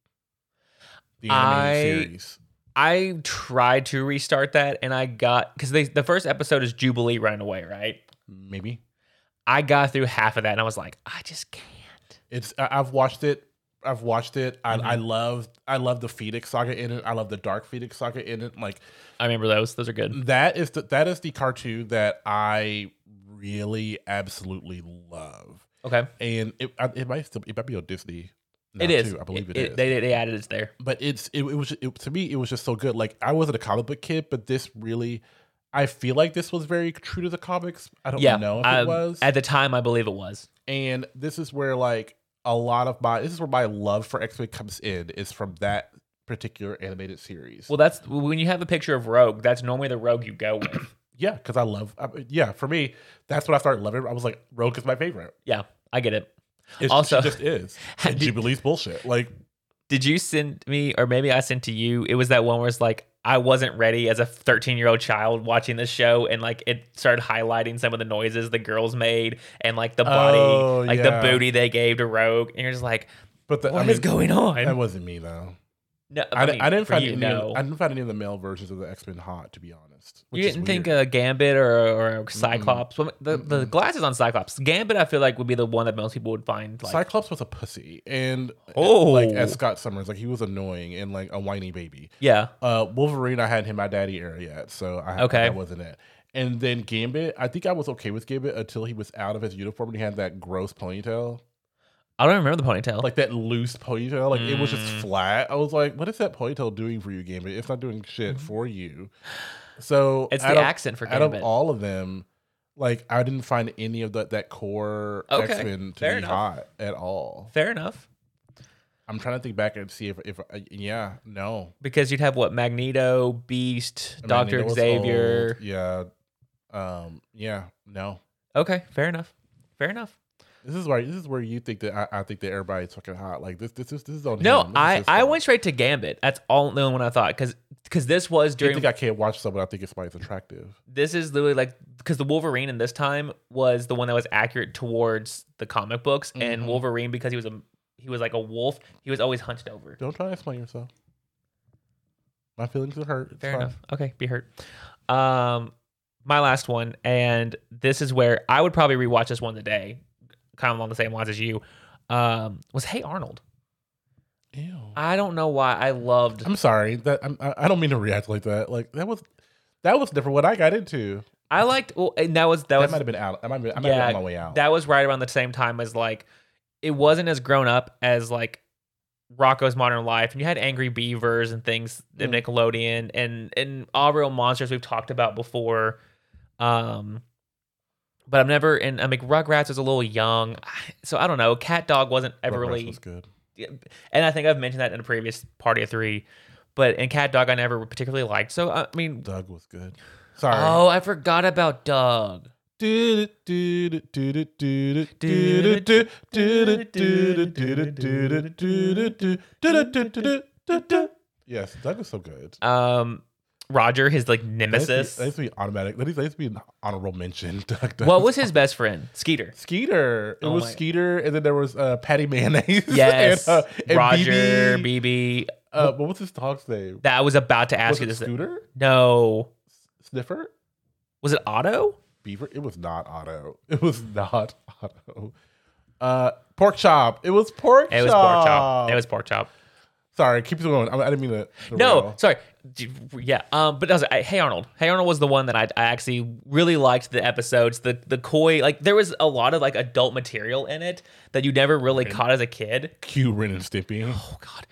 [SPEAKER 1] the
[SPEAKER 2] I-
[SPEAKER 1] animated series.
[SPEAKER 2] I tried to restart that, and I got because they the first episode is Jubilee running away, right?
[SPEAKER 1] Maybe.
[SPEAKER 2] I got through half of that, and I was like, I just can't.
[SPEAKER 1] It's, I, I've watched it. I've watched it. I,
[SPEAKER 2] Mhm.
[SPEAKER 1] I love, I love the Phoenix saga in it. I love the Dark Phoenix saga in it. Like
[SPEAKER 2] I remember those; those are good.
[SPEAKER 1] that is the, that is the cartoon that I really absolutely love.
[SPEAKER 2] Okay,
[SPEAKER 1] And it, I- it might still, it might be on Disney. now,
[SPEAKER 2] it is.
[SPEAKER 1] too. I believe it is.
[SPEAKER 2] They they added it there.
[SPEAKER 1] but it's it, it was it, to me it was just so good like i wasn't a comic book kid but this really i feel like this was very true to the comics i don't
[SPEAKER 2] yeah, um,
[SPEAKER 1] know if
[SPEAKER 2] I-
[SPEAKER 1] it was
[SPEAKER 2] at the time. I believe it was.
[SPEAKER 1] and this is where like a lot of my this is where my love for x-men comes in is from that particular animated series
[SPEAKER 2] Well, that's when you have a picture of Rogue. That's normally the Rogue you go with.
[SPEAKER 1] yeah because i love I, yeah for me that's when i started loving it i was like rogue is my favorite
[SPEAKER 2] yeah, I get it.
[SPEAKER 1] it's,
[SPEAKER 2] Also-
[SPEAKER 1] she just is and
[SPEAKER 2] Did-
[SPEAKER 1] jubilee's bullshit like
[SPEAKER 2] Did you send me, or maybe I sent to you? It was that one where it's like I wasn't ready as a 13 year old child watching this show, and like it started highlighting some of the noises the girls made, and like the body,
[SPEAKER 1] Oh,
[SPEAKER 2] like
[SPEAKER 1] yeah.
[SPEAKER 2] the booty they gave to Rogue, and you're just like,
[SPEAKER 1] but the,
[SPEAKER 2] what is
[SPEAKER 1] I mean,
[SPEAKER 2] going on?
[SPEAKER 1] that wasn't me though
[SPEAKER 2] No,
[SPEAKER 1] I,
[SPEAKER 2] I,
[SPEAKER 1] di-
[SPEAKER 2] mean,
[SPEAKER 1] I didn't
[SPEAKER 2] for
[SPEAKER 1] find
[SPEAKER 2] you,
[SPEAKER 1] any.
[SPEAKER 2] no.
[SPEAKER 1] Of, I didn't find any of the male versions of the X Men hot, to be honest. which
[SPEAKER 2] you
[SPEAKER 1] is
[SPEAKER 2] didn't think
[SPEAKER 1] weird.
[SPEAKER 2] a Gambit or, or a Cyclops? Well, The, the
[SPEAKER 1] Mm-mm.
[SPEAKER 2] glasses on Cyclops. Gambit, I feel like, would be the one that most people would find. Like,
[SPEAKER 1] Cyclops was a pussy, and
[SPEAKER 2] Oh.
[SPEAKER 1] like as Scott Summers, like he was annoying and like a whiny baby.
[SPEAKER 2] yeah,
[SPEAKER 1] Uh, Wolverine, I hadn't hit my daddy era yet, so I
[SPEAKER 2] Okay.
[SPEAKER 1] I wasn't it. And then Gambit, I think I was okay with Gambit until he was out of his uniform and he had that gross ponytail,
[SPEAKER 2] I don't remember the ponytail.
[SPEAKER 1] like that loose ponytail, like it was just
[SPEAKER 2] Mm.
[SPEAKER 1] flat. I was like, what is that ponytail doing for you, Gambit? It's not doing shit for you. So
[SPEAKER 2] Mm-hmm. it's
[SPEAKER 1] out
[SPEAKER 2] the
[SPEAKER 1] of-
[SPEAKER 2] accent for
[SPEAKER 1] out of
[SPEAKER 2] Gambit.
[SPEAKER 1] all of them, like I didn't find any of that that core
[SPEAKER 2] Okay,
[SPEAKER 1] X Men to
[SPEAKER 2] fair
[SPEAKER 1] be
[SPEAKER 2] enough.
[SPEAKER 1] hot at all.
[SPEAKER 2] Fair enough,
[SPEAKER 1] I'm trying to think back and see if if uh, yeah no
[SPEAKER 2] because you'd have what Magneto, Beast,
[SPEAKER 1] I mean, it
[SPEAKER 2] Doctor
[SPEAKER 1] was
[SPEAKER 2] Xavier.
[SPEAKER 1] old. yeah um yeah no
[SPEAKER 2] Okay, fair enough. Fair enough.
[SPEAKER 1] this is where this is where you think that I, I think that everybody's fucking hot like this this is this is on
[SPEAKER 2] No,
[SPEAKER 1] him. This is
[SPEAKER 2] I,
[SPEAKER 1] his
[SPEAKER 2] I
[SPEAKER 1] fault.
[SPEAKER 2] went straight to Gambit. That's all the only one I thought because this was
[SPEAKER 1] You
[SPEAKER 2] during
[SPEAKER 1] think I can't watch someone I think it's somebody's attractive
[SPEAKER 2] this is literally like because the Wolverine in this time was the one that was accurate towards the comic books,
[SPEAKER 1] Mhm.
[SPEAKER 2] and Wolverine because he was a he was like a wolf, he was always hunched over.
[SPEAKER 1] don't try to explain yourself my feelings are hurt It's
[SPEAKER 2] Fair
[SPEAKER 1] fine.
[SPEAKER 2] enough. Okay, be hurt. Um, my last one, and this is where I would probably rewatch this one today, kind of along the same lines as you. Um, was Hey Arnold?
[SPEAKER 1] Ew.
[SPEAKER 2] I don't know why I loved.
[SPEAKER 1] I'm sorry that I'm, I I don't mean to react like that like that was that was different what I got into
[SPEAKER 2] I liked. Well, and that was that,
[SPEAKER 1] that,
[SPEAKER 2] was
[SPEAKER 1] might have been out I might have been, I might
[SPEAKER 2] Yeah,
[SPEAKER 1] have been on my way out
[SPEAKER 2] that was right around the same time as like it wasn't as grown up as like Rocco's Modern Life, and you had Angry Beavers and things at
[SPEAKER 1] Mm.
[SPEAKER 2] Nickelodeon and and all real monsters we've talked about before. Um, but I'm never and I'm like Rugrats was a little young, so I don't know. Cat Dog wasn't ever
[SPEAKER 1] Rugrats
[SPEAKER 2] really,
[SPEAKER 1] was good
[SPEAKER 2] and I think I've mentioned that in a previous party of three. But and Cat Dog I never particularly liked. So I mean,
[SPEAKER 1] Doug was good sorry
[SPEAKER 2] oh, I forgot about Doug.
[SPEAKER 1] Yes, that was so good.
[SPEAKER 2] um Roger, his like nemesis.
[SPEAKER 1] That used to be automatic. That used to be an honorable mention.
[SPEAKER 2] What was his best friend? Skeeter.
[SPEAKER 1] Skeeter? It
[SPEAKER 2] Oh
[SPEAKER 1] was
[SPEAKER 2] my-
[SPEAKER 1] Skeeter, and then there was uh, Patty Mayonnaise.
[SPEAKER 2] Yes.
[SPEAKER 1] and, uh, and
[SPEAKER 2] Roger,
[SPEAKER 1] BB.
[SPEAKER 2] BB.
[SPEAKER 1] Uh, what was his dog's name?
[SPEAKER 2] That I was about to
[SPEAKER 1] Was
[SPEAKER 2] ask you
[SPEAKER 1] it
[SPEAKER 2] this.
[SPEAKER 1] Scooter?
[SPEAKER 2] No.
[SPEAKER 1] Sniffer?
[SPEAKER 2] Was it Otto?
[SPEAKER 1] Beaver? It was not Otto. It was not Otto. Uh, pork chop. It was pork.
[SPEAKER 2] It was pork chop. It was pork chop.
[SPEAKER 1] Sorry, keep going. I, I didn't mean to.
[SPEAKER 2] No,
[SPEAKER 1] derail.
[SPEAKER 2] sorry. D- Yeah. Um, but I was I, Hey Arnold. Hey Arnold was the one that I, I actually really liked the episodes. The the coy like there was a lot of like adult material in it that you never really caught as a kid.
[SPEAKER 1] Q Ren and Stimpy.
[SPEAKER 2] oh god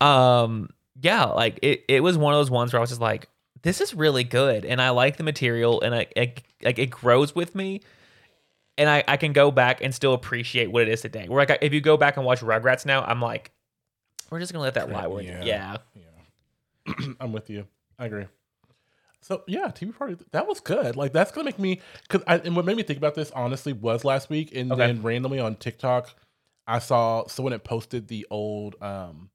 [SPEAKER 2] um yeah like it, it was one of those ones where i was just like this is really good and i like the material and i, I like it grows with me and I, I can go back and still appreciate what it is today where like I- if you go back and watch rugrats now i'm like we're just gonna let that lie where
[SPEAKER 1] Yeah.
[SPEAKER 2] yeah.
[SPEAKER 1] Yeah, I'm with you. I agree. So yeah, TV party that was good. Like that's gonna make me because and what made me think about this honestly was last week, and
[SPEAKER 2] Okay.
[SPEAKER 1] then randomly on TikTok, I saw someone had posted the old um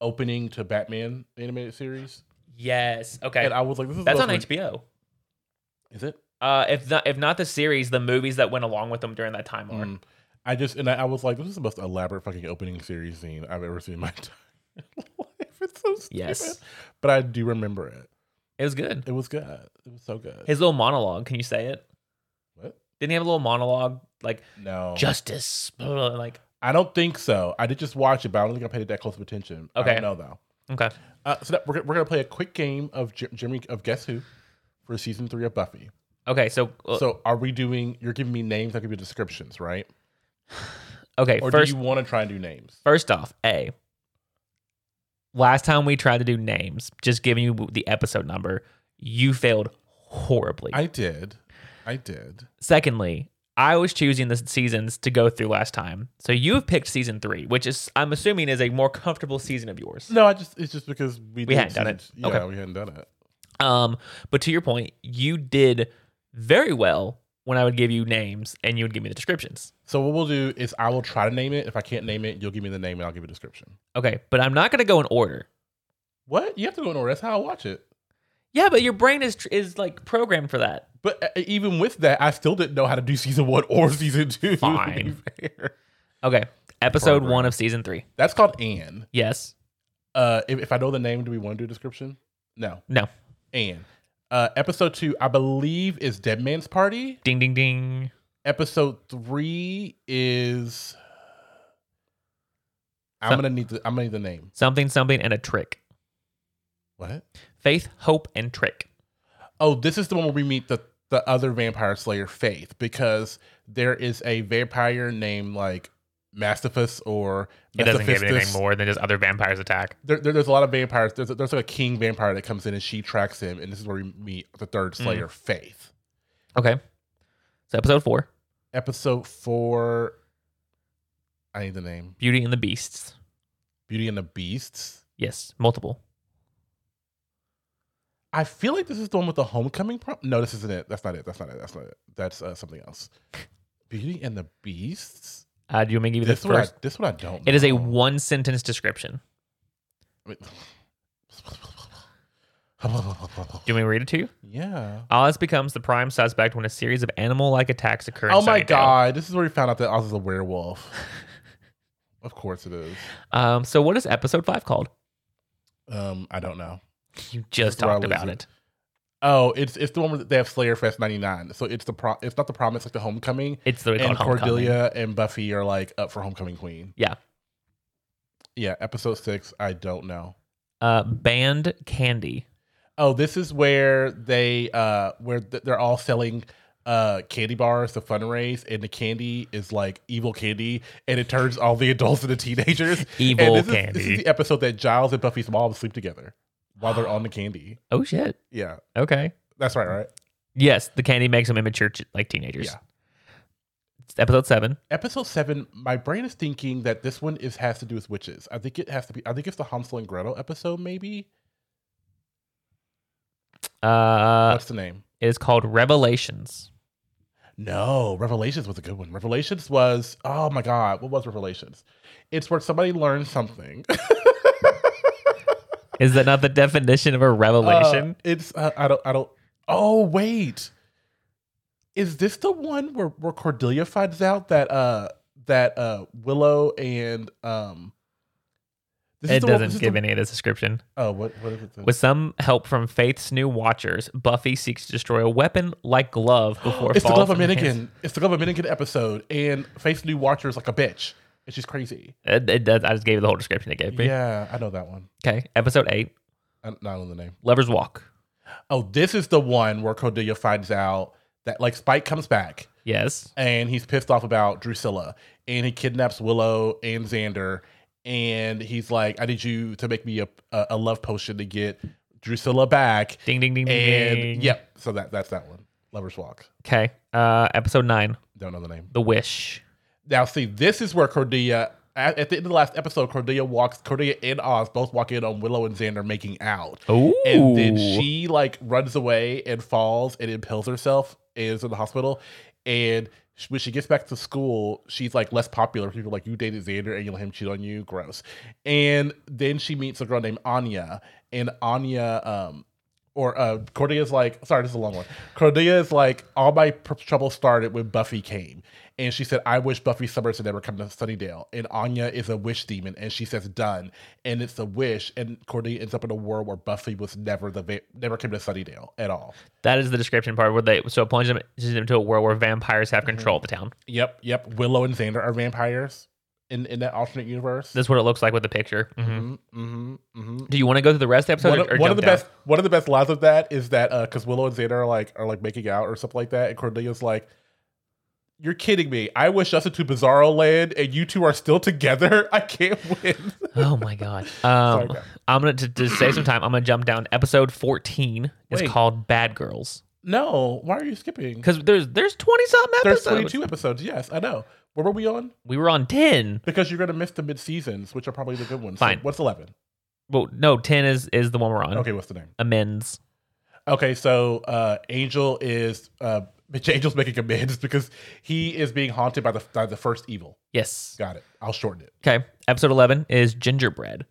[SPEAKER 1] opening to Batman animated series,
[SPEAKER 2] yes okay
[SPEAKER 1] and I was like, "This is
[SPEAKER 2] that's
[SPEAKER 1] the
[SPEAKER 2] on
[SPEAKER 1] most
[SPEAKER 2] hbo
[SPEAKER 1] rid- Is it?
[SPEAKER 2] uh if not if not the series the movies that went along with them during that time are
[SPEAKER 1] Mm. I just and I, I was like, "This is the most elaborate fucking opening series scene I've ever seen in my entire life." It's so stupid.
[SPEAKER 2] Yes.
[SPEAKER 1] but I do remember it.
[SPEAKER 2] it was good
[SPEAKER 1] It was good. It was so good.
[SPEAKER 2] his little monologue can you say it
[SPEAKER 1] what?
[SPEAKER 2] didn't he have a little monologue like
[SPEAKER 1] No,
[SPEAKER 2] justice blah, like
[SPEAKER 1] I don't think so. I did just watch it, but I don't think I paid it that close of attention. I
[SPEAKER 2] Okay.
[SPEAKER 1] don't know though.
[SPEAKER 2] okay
[SPEAKER 1] Uh, so that, we're, we're gonna play a quick game of J- Jimmy of Guess Who for season three of Buffy.
[SPEAKER 2] Okay, so, uh,
[SPEAKER 1] so are we doing? You're giving me names. I give you descriptions, right?
[SPEAKER 2] okay,
[SPEAKER 1] Or
[SPEAKER 2] first
[SPEAKER 1] do you want to try and do names?
[SPEAKER 2] first off, A. Last time we tried to do names, just giving you the episode number, you failed horribly.
[SPEAKER 1] I did. I did.
[SPEAKER 2] Secondly, I was choosing the seasons to go through last time. So you have picked season 3, which is I'm assuming is a more comfortable season of yours.
[SPEAKER 1] No, I just it's just because we, did
[SPEAKER 2] hadn't done it.
[SPEAKER 1] season- Yeah,
[SPEAKER 2] Okay.
[SPEAKER 1] we hadn't done it.
[SPEAKER 2] Um, but to your point, you did very well when I would give you names and you would give me the descriptions.
[SPEAKER 1] So what we'll do is I will try to name it. If I can't name it, you'll give me the name and I'll give you a description.
[SPEAKER 2] Okay, but I'm not going to go in order.
[SPEAKER 1] What? You have to go in order. That's how I watch it.
[SPEAKER 2] Yeah, but your brain is tr- is like programmed for that.
[SPEAKER 1] But uh, even with that, I still didn't know how to do season one or season two. to be
[SPEAKER 2] Fine.
[SPEAKER 1] fair.
[SPEAKER 2] Okay. Episode
[SPEAKER 1] Program.
[SPEAKER 2] one of season three.
[SPEAKER 1] That's called Anne.
[SPEAKER 2] Yes.
[SPEAKER 1] Uh, if, if I know the name, do we want to do a description? No.
[SPEAKER 2] No.
[SPEAKER 1] And uh, episode two, I believe, is Dead Man's Party.
[SPEAKER 2] Ding ding ding.
[SPEAKER 1] Episode three is. I'm
[SPEAKER 2] Some-
[SPEAKER 1] gonna need the I'm gonna need the name.
[SPEAKER 2] Something something and a trick.
[SPEAKER 1] What?
[SPEAKER 2] Faith, hope, and trick.
[SPEAKER 1] Oh, this is the one where we meet the the other vampire slayer, Faith, because there is a vampire named like Mastiffus or
[SPEAKER 2] It doesn't give anything
[SPEAKER 1] Mephistus.
[SPEAKER 2] more than just other vampires attack.
[SPEAKER 1] there, there- there's a lot of vampires. There's, there's like a king vampire that comes in and she tracks him, and this is where we meet the third
[SPEAKER 2] Hmm.
[SPEAKER 1] Slayer, Faith.
[SPEAKER 2] Okay. So episode four,
[SPEAKER 1] Episode four. I need the name
[SPEAKER 2] Beauty and the Beasts.
[SPEAKER 1] Beauty and the Beasts.
[SPEAKER 2] Yes, multiple.
[SPEAKER 1] I feel like this is the one with the homecoming prom. No, this isn't it. That's not it. That's not it. That's not it. That's uh, something else. Beauty and the Beasts.
[SPEAKER 2] Uh, do you want me to give you
[SPEAKER 1] This
[SPEAKER 2] the
[SPEAKER 1] one, I,
[SPEAKER 2] first?
[SPEAKER 1] this one I don't.
[SPEAKER 2] It is a
[SPEAKER 1] know.
[SPEAKER 2] one sentence description.
[SPEAKER 1] I mean-
[SPEAKER 2] Do you want me to read it to you?
[SPEAKER 1] yeah.
[SPEAKER 2] Oz becomes the prime suspect when a series of animal like attacks occur. in
[SPEAKER 1] Oh my
[SPEAKER 2] Sunnydale.
[SPEAKER 1] god! This is where we found out that Oz is a werewolf. of course it is.
[SPEAKER 2] Um, so, what is episode five called?
[SPEAKER 1] Um, I don't know.
[SPEAKER 2] You just
[SPEAKER 1] That's where I
[SPEAKER 2] talked
[SPEAKER 1] lose
[SPEAKER 2] about
[SPEAKER 1] it.
[SPEAKER 2] it.
[SPEAKER 1] Oh, it's it's the one where they have Slayer Fest '99. So it's the pro. It's not the prom. It's like the homecoming.
[SPEAKER 2] It's literally
[SPEAKER 1] and
[SPEAKER 2] called Homecoming.
[SPEAKER 1] Cordelia and Buffy are like up for homecoming queen.
[SPEAKER 2] Yeah.
[SPEAKER 1] Yeah. Episode six. I don't know.
[SPEAKER 2] Uh, banned candy.
[SPEAKER 1] Oh, this is where they uh where th- they're all selling uh candy bars to fundraise, and the candy is like evil candy, and it turns all the adults into teenagers.
[SPEAKER 2] Evil
[SPEAKER 1] and this
[SPEAKER 2] candy.
[SPEAKER 1] Is, this is the episode that Giles and Buffy's mom sleep together while they're on the candy.
[SPEAKER 2] oh shit.
[SPEAKER 1] Yeah,
[SPEAKER 2] Okay.
[SPEAKER 1] that's right. Right.
[SPEAKER 2] Yes, the candy makes them immature, ch- like teenagers.
[SPEAKER 1] Yeah.
[SPEAKER 2] It's episode seven.
[SPEAKER 1] episode seven, my brain is thinking that this one is has to do with witches. I think it has to be. I think it's the Hansel and Gretel episode. Maybe
[SPEAKER 2] Uh,
[SPEAKER 1] what's the name?
[SPEAKER 2] it is called Revelations.
[SPEAKER 1] No, Revelations was a good one. Revelations was oh my god, what was Revelations? It's where somebody learns something.
[SPEAKER 2] Is that not the definition of a
[SPEAKER 1] Uh,
[SPEAKER 2] revelation?
[SPEAKER 1] it's uh, I don't I don't. Oh wait, is this the one where where Cordelia finds out that uh that uh Willow and um. This is
[SPEAKER 2] it
[SPEAKER 1] the one-
[SPEAKER 2] doesn't
[SPEAKER 1] this is
[SPEAKER 2] give
[SPEAKER 1] the-
[SPEAKER 2] any of this description.
[SPEAKER 1] Oh, what what is it? then?
[SPEAKER 2] With some help from Faith's new watchers, Buffy seeks to destroy a weapon like glove before it
[SPEAKER 1] it's the
[SPEAKER 2] falls
[SPEAKER 1] Glove of
[SPEAKER 2] from the hands-
[SPEAKER 1] Minikin. It's the Glove of Minikin episode, and Face New Watcher is like a bitch. It's just crazy.
[SPEAKER 2] It, it does. I just gave you the whole description it gave me.
[SPEAKER 1] Yeah, I know that one.
[SPEAKER 2] Okay. Episode eight,
[SPEAKER 1] I'm not on the name.
[SPEAKER 2] Lovers Walk.
[SPEAKER 1] Oh, this is the one where Cordelia finds out that like Spike comes back
[SPEAKER 2] Yes.
[SPEAKER 1] and he's pissed off about Drusilla and he kidnaps Willow and Xander and he's like, I need you to make me a a, a love potion to get Drusilla back.
[SPEAKER 2] Ding ding ding ding. ding.
[SPEAKER 1] And yep, so that that's that one. Lovers Walk.
[SPEAKER 2] Okay. Uh, episode nine,
[SPEAKER 1] Don't know the name.
[SPEAKER 2] The Wish.
[SPEAKER 1] Now, see, this is where Cordelia, at, at the end of the last episode, Cordelia walks, Cordelia and Oz both walk in on Willow and Xander making out.
[SPEAKER 2] Oh.
[SPEAKER 1] And then she, like, runs away and falls and impales herself and is in the hospital. And sh- when she gets back to school, she's, like, less popular. People are like, you dated Xander and you let him cheat on you? Gross. And then she meets a girl named Anya. And Anya, um, or uh, Cordelia's like, sorry, this is a long one. Cordelia is like, all my pr- trouble started when Buffy came. And she said, I wish Buffy Summers had never come to Sunnydale. And Anya is a wish demon. And she says, done. And it's a wish. And Cordelia ends up in a world where Buffy was never the va- never came to Sunnydale at all.
[SPEAKER 2] That is the description part where they so it plunges them plunges them into a world where vampires have
[SPEAKER 1] Mm-hmm.
[SPEAKER 2] control of the town.
[SPEAKER 1] Yep, yep. Willow and Xander are vampires in, in that alternate universe.
[SPEAKER 2] That's what it looks like with the picture. Mhm.
[SPEAKER 1] mm-hmm, mm-hmm, mm-hmm.
[SPEAKER 2] Do you want to go through the rest of the episode?
[SPEAKER 1] one
[SPEAKER 2] or, or
[SPEAKER 1] of, one of
[SPEAKER 2] jump
[SPEAKER 1] the
[SPEAKER 2] down?
[SPEAKER 1] best one of the best lines of that is that because Willow and Xander are like are like making out or something like that, and Cordelia's like, "You're kidding me! I wish us into Bizarro Land, and you two are still together. I can't win."
[SPEAKER 2] Oh my god. Um,
[SPEAKER 1] guys.
[SPEAKER 2] I'm gonna to, to save some time. I'm gonna jump down. to Episode 14 It's
[SPEAKER 1] Wait.
[SPEAKER 2] called Bad Girls
[SPEAKER 1] no, why are you skipping?
[SPEAKER 2] because there's there's 20 something
[SPEAKER 1] There's
[SPEAKER 2] episodes.
[SPEAKER 1] 22 episodes. Yes, I know. Where were we on?
[SPEAKER 2] We were on 10.
[SPEAKER 1] Because you're gonna miss the mid seasons, which are probably the good ones.
[SPEAKER 2] Fine.
[SPEAKER 1] what's 11?
[SPEAKER 2] Well, no, 10 is is the one we're on.
[SPEAKER 1] Okay, what's the name?
[SPEAKER 2] Amends.
[SPEAKER 1] Okay, so uh, Angel is uh, bitch, Angel's making amends because he is being haunted by the by the first evil.
[SPEAKER 2] Yes.
[SPEAKER 1] Got it. I'll shorten it.
[SPEAKER 2] Okay. Episode 11 is Gingerbread.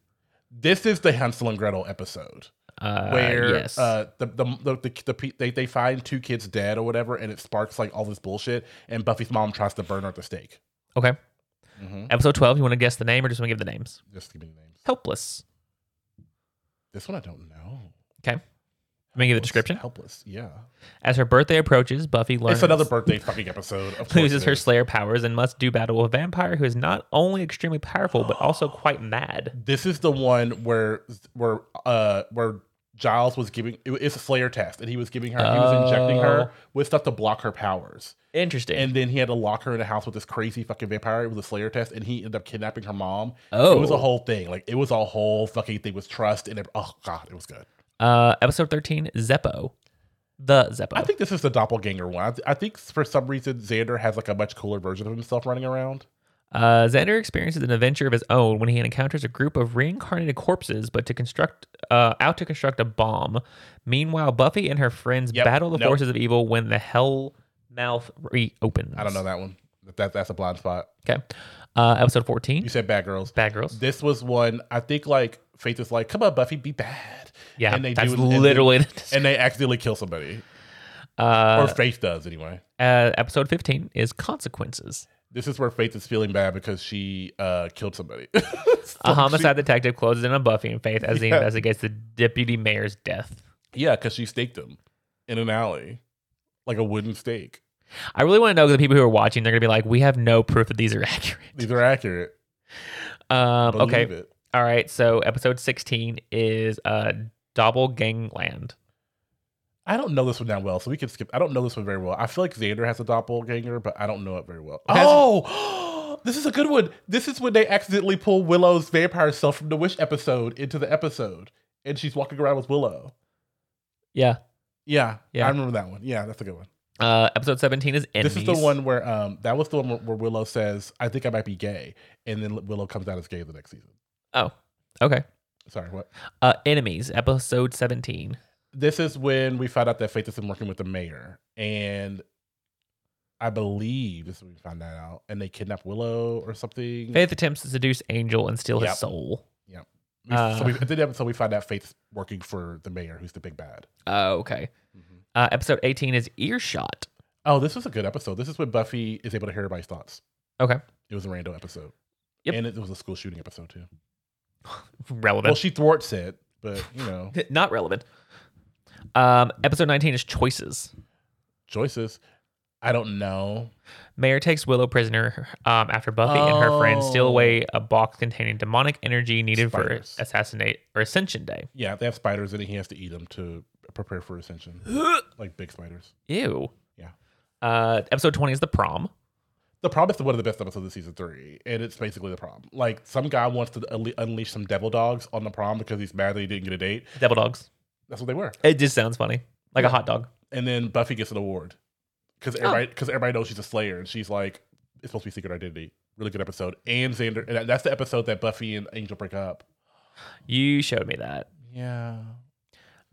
[SPEAKER 1] This is the Hansel and Gretel episode
[SPEAKER 2] Uh,
[SPEAKER 1] where
[SPEAKER 2] yes.
[SPEAKER 1] uh, the, the, the, the, the pe- they, they find two kids dead or whatever, and it sparks like all this bullshit. And Buffy's mom tries to burn her at the stake.
[SPEAKER 2] okay.
[SPEAKER 1] Mm-hmm.
[SPEAKER 2] Episode 12. You want to guess the name or just want to give the names?
[SPEAKER 1] Just give me the names.
[SPEAKER 2] Helpless.
[SPEAKER 1] This one I don't know.
[SPEAKER 2] Let me give the
[SPEAKER 1] Helpless-
[SPEAKER 2] description.
[SPEAKER 1] Helpless. Yeah.
[SPEAKER 2] As her birthday approaches, Buffy learns
[SPEAKER 1] It's another birthday fucking episode. Of course
[SPEAKER 2] loses
[SPEAKER 1] it
[SPEAKER 2] her
[SPEAKER 1] is.
[SPEAKER 2] Slayer powers and must do battle with a vampire who is not only extremely powerful but also quite mad.
[SPEAKER 1] This is the one where where uh where Giles was giving it- it's a Slayer test, and he was giving her he was injecting
[SPEAKER 2] Oh.
[SPEAKER 1] her with stuff to block her powers,
[SPEAKER 2] Interesting.
[SPEAKER 1] and then he had to lock her in a house with this crazy fucking vampire. It was a Slayer test, and he ended up kidnapping her mom.
[SPEAKER 2] oh,
[SPEAKER 1] It was a whole thing. Like it was a whole fucking thing with trust, and it, oh god, it was good.
[SPEAKER 2] uh, episode thirteen. Zeppo, the Zeppo.
[SPEAKER 1] I think this is the doppelganger one. I, th- I think for some reason Xander has like a much cooler version of himself running around.
[SPEAKER 2] Uh, Xander experiences an adventure of his own when he encounters a group of reincarnated corpses, but to construct uh, out to construct a bomb. Meanwhile, Buffy and her friends
[SPEAKER 1] Yep.
[SPEAKER 2] battle the
[SPEAKER 1] Nope.
[SPEAKER 2] forces of evil when the Hell Mouth reopens.
[SPEAKER 1] I don't know that one. That that's a blind spot.
[SPEAKER 2] Okay, uh, episode
[SPEAKER 1] You
[SPEAKER 2] fourteen.
[SPEAKER 1] said bad girls.
[SPEAKER 2] Bad girls.
[SPEAKER 1] This was one I think like Faith is like, come on, Buffy, be bad.
[SPEAKER 2] Yeah,
[SPEAKER 1] and they
[SPEAKER 2] that's
[SPEAKER 1] do- and they-
[SPEAKER 2] literally. the
[SPEAKER 1] And they accidentally kill somebody.
[SPEAKER 2] uh,
[SPEAKER 1] or Faith does anyway.
[SPEAKER 2] uh, episode 15 is consequences.
[SPEAKER 1] This is where Faith is feeling bad because she uh killed somebody.
[SPEAKER 2] A homicide detective closes in on Buffy and Faith as he
[SPEAKER 1] Yeah.
[SPEAKER 2] investigates the deputy mayor's death.
[SPEAKER 1] yeah, because she staked him in an alley. Like a wooden stake.
[SPEAKER 2] I really want to know the people who are watching, they're going to be like, we have no proof that these are accurate.
[SPEAKER 1] These are accurate.
[SPEAKER 2] Um,
[SPEAKER 1] Believe
[SPEAKER 2] okay.
[SPEAKER 1] it.
[SPEAKER 2] All right. So episode 16 is uh, Double Gangland.
[SPEAKER 1] I don't know this one that well, so we can skip. I don't know this one very well. I feel like Xander has a doppelganger, but I don't know it very well.
[SPEAKER 2] Has-
[SPEAKER 1] oh, this is a good one. This is when they accidentally pull Willow's vampire self from the Wish episode into the episode, and she's walking around with Willow.
[SPEAKER 2] Yeah.
[SPEAKER 1] Yeah,
[SPEAKER 2] Yeah.
[SPEAKER 1] I remember that one. Yeah, that's a good one.
[SPEAKER 2] Uh, episode 17 is Enemies.
[SPEAKER 1] This is the one where um that was the one where, where Willow says, "I think I might be gay," and then Willow comes out as gay the next season.
[SPEAKER 2] Oh, okay.
[SPEAKER 1] Sorry, what?
[SPEAKER 2] Uh, Enemies, episode 17.
[SPEAKER 1] this is when we found out that Faith has been working with the mayor, and I believe this is when we found that out, and they kidnapped Willow or something.
[SPEAKER 2] Faith attempts to seduce Angel and steal
[SPEAKER 1] Yep.
[SPEAKER 2] his soul.
[SPEAKER 1] We- so
[SPEAKER 2] uh,
[SPEAKER 1] we, at the end of the episode, we find out Faith's working for the mayor, who's the big bad.
[SPEAKER 2] Oh, okay. Uh, episode 18 is Earshot.
[SPEAKER 1] Oh, this was a good episode. This is when Buffy is able to hear everybody's thoughts.
[SPEAKER 2] Okay.
[SPEAKER 1] It was a random episode.
[SPEAKER 2] Yep.
[SPEAKER 1] And it was a school shooting episode too. Well,
[SPEAKER 2] Relevant.
[SPEAKER 1] she thwarts it, but you know,
[SPEAKER 2] Not relevant. Um, episode 19 is Choices.
[SPEAKER 1] choices. I don't know.
[SPEAKER 2] Mayor takes Willow prisoner um, after Buffy and her friends steal
[SPEAKER 1] Oh.
[SPEAKER 2] away a box containing demonic energy needed
[SPEAKER 1] Spiders.
[SPEAKER 2] for assassinate or ascension day.
[SPEAKER 1] Yeah, they have spiders in it. He has to eat them to prepare for ascension, like big spiders.
[SPEAKER 2] Ew.
[SPEAKER 1] Yeah.
[SPEAKER 2] Uh, episode 20 is the prom.
[SPEAKER 1] The Prom is one of the best episodes of season three, and it's basically the prom. Like some guy wants to unle- unleash some devil dogs on the prom because he's mad that he didn't get a date.
[SPEAKER 2] Devil dogs.
[SPEAKER 1] That's what they were.
[SPEAKER 2] It just sounds funny. Like a hot dog.
[SPEAKER 1] And then Buffy gets an award because everybody because everybody knows she's a Slayer, and she's like, it's supposed to be secret identity. Really good episode. And Xander, and that- that's the episode that Buffy and Angel break up.
[SPEAKER 2] You showed me that.
[SPEAKER 1] Yeah,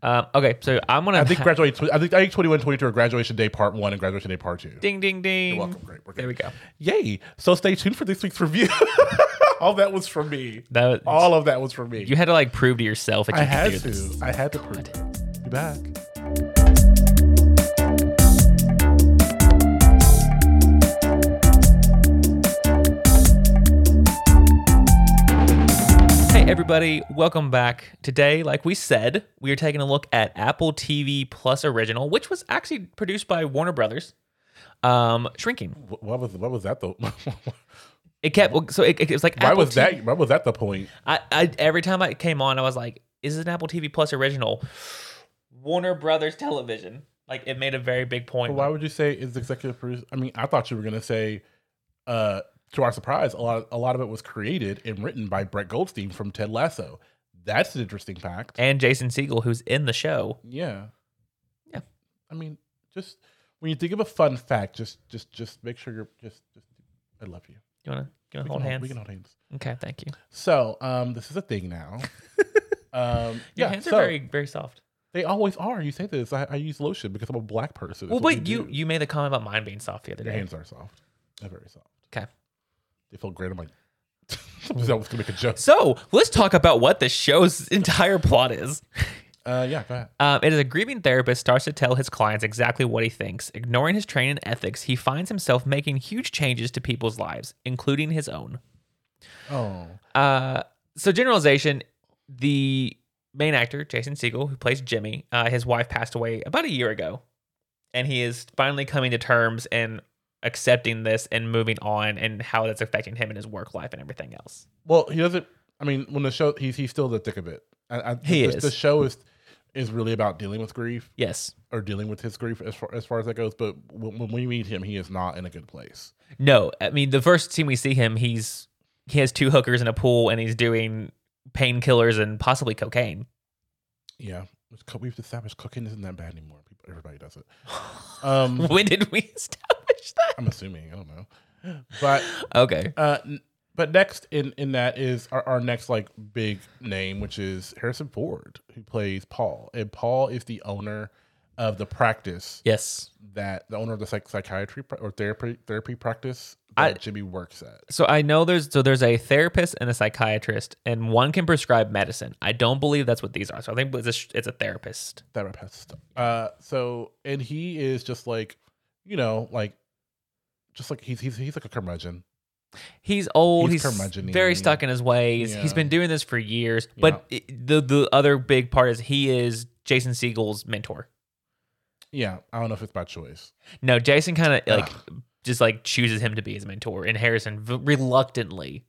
[SPEAKER 2] Um, okay, so I'm gonna
[SPEAKER 1] I think
[SPEAKER 2] ha-
[SPEAKER 1] graduate. Tw- I think I think twenty one, twenty two are graduation day part one and graduation day part two.
[SPEAKER 2] ding ding ding.
[SPEAKER 1] You're welcome. Great. We're
[SPEAKER 2] There
[SPEAKER 1] good.
[SPEAKER 2] we go.
[SPEAKER 1] Yay! So stay tuned for this week's review. All that was from me.
[SPEAKER 2] That was,
[SPEAKER 1] All of that was from me.
[SPEAKER 2] you had to like prove to yourself that you
[SPEAKER 1] I
[SPEAKER 2] could
[SPEAKER 1] had
[SPEAKER 2] do this.
[SPEAKER 1] to. I had to prove it. Be back.
[SPEAKER 2] Hey everybody, welcome back. Today, like we said, we are taking a look at Apple TV Plus Original, which was actually produced by Warner Brothers. Um, shrinking.
[SPEAKER 1] Wh- What was what was that though? Why
[SPEAKER 2] It kept so it, it was like Apple
[SPEAKER 1] was that? Why was that the point?
[SPEAKER 2] I, I every time I came on, I was like, "Is this an Apple TV Plus original?" Warner Brothers Television. Like it made a very big point.
[SPEAKER 1] But why would you say is executive producer? I mean, I thought you were gonna say, uh, to our surprise, a lot a lot of it was created and written by Brett Goldstein from Ted Lasso. That's an interesting fact.
[SPEAKER 2] and Jason Siegel, who's in the show.
[SPEAKER 1] yeah,
[SPEAKER 2] Yeah.
[SPEAKER 1] I mean, just when you think of a fun fact, just just just make sure you're just just. I love you.
[SPEAKER 2] You wanna, you
[SPEAKER 1] We
[SPEAKER 2] wanna
[SPEAKER 1] can
[SPEAKER 2] hold hands?
[SPEAKER 1] We can hold hands.
[SPEAKER 2] okay, thank you.
[SPEAKER 1] So, um, this is a thing now. um, yeah,
[SPEAKER 2] Your hands are
[SPEAKER 1] so-
[SPEAKER 2] very very soft.
[SPEAKER 1] They always are. You say this. I, I use lotion because I'm a black person.
[SPEAKER 2] Well,
[SPEAKER 1] That's what
[SPEAKER 2] but you
[SPEAKER 1] do.
[SPEAKER 2] you made the comment about mine being soft the other
[SPEAKER 1] your
[SPEAKER 2] day.
[SPEAKER 1] hands are soft. They're very soft.
[SPEAKER 2] Okay.
[SPEAKER 1] They feel great. I'm like, I was going to make a joke.
[SPEAKER 2] So let's talk about what the show's entire plot is.
[SPEAKER 1] Uh, yeah, go ahead.
[SPEAKER 2] Um, it is a grieving therapist starts to tell his clients exactly what he thinks. Ignoring his training and ethics, he finds himself making huge changes to people's lives, including his own.
[SPEAKER 1] Oh,
[SPEAKER 2] Uh, so generalization, the main actor Jason Siegel, who plays Jimmy, uh, his wife passed away about a year ago, and he is finally coming to terms and accepting this and moving on and how that's affecting him and his work life and everything else.
[SPEAKER 1] Well, he doesn't. I mean, when the show, he's he's still in the thick of it. I, I,
[SPEAKER 2] He
[SPEAKER 1] the,
[SPEAKER 2] is.
[SPEAKER 1] The show is is really about dealing with grief
[SPEAKER 2] Yes.
[SPEAKER 1] or dealing with his grief as far as far as that goes. But when, when we meet him, he is not in a good place.
[SPEAKER 2] No, I mean the first scene we see him, he's he has two hookers in a pool and he's doing painkillers and possibly cocaine.
[SPEAKER 1] Yeah, It's co- we've established cooking isn't that bad anymore. People, everybody does it. Um,
[SPEAKER 2] when did we establish that?
[SPEAKER 1] I'm assuming. I don't know, but
[SPEAKER 2] Okay.
[SPEAKER 1] Uh, n- but next in in that is our, our next like big name, which is Harrison Ford, who plays Paul, and Paul is the owner of the practice
[SPEAKER 2] Yes.
[SPEAKER 1] that the owner of the psych- psychiatry pra- or therapy therapy practice that
[SPEAKER 2] I-
[SPEAKER 1] Jimmy works at.
[SPEAKER 2] So I know there's so there's a therapist and a psychiatrist, and one can prescribe medicine. I don't believe that's what these are. So I think it's a, it's a therapist.
[SPEAKER 1] Therapist. Uh, so and he is just like, you know, like, just like he's he's he's like a curmudgeon.
[SPEAKER 2] He's old.
[SPEAKER 1] He's
[SPEAKER 2] He's,
[SPEAKER 1] curmudgeon-y.
[SPEAKER 2] very stuck in his ways. He's
[SPEAKER 1] Yeah.
[SPEAKER 2] been doing this for years. But it- the the other big part is he is Jason Siegel's mentor.
[SPEAKER 1] Yeah, I don't know if it's by choice.
[SPEAKER 2] No, Jason kind of like just like chooses him to be his mentor, and Harrison v- reluctantly,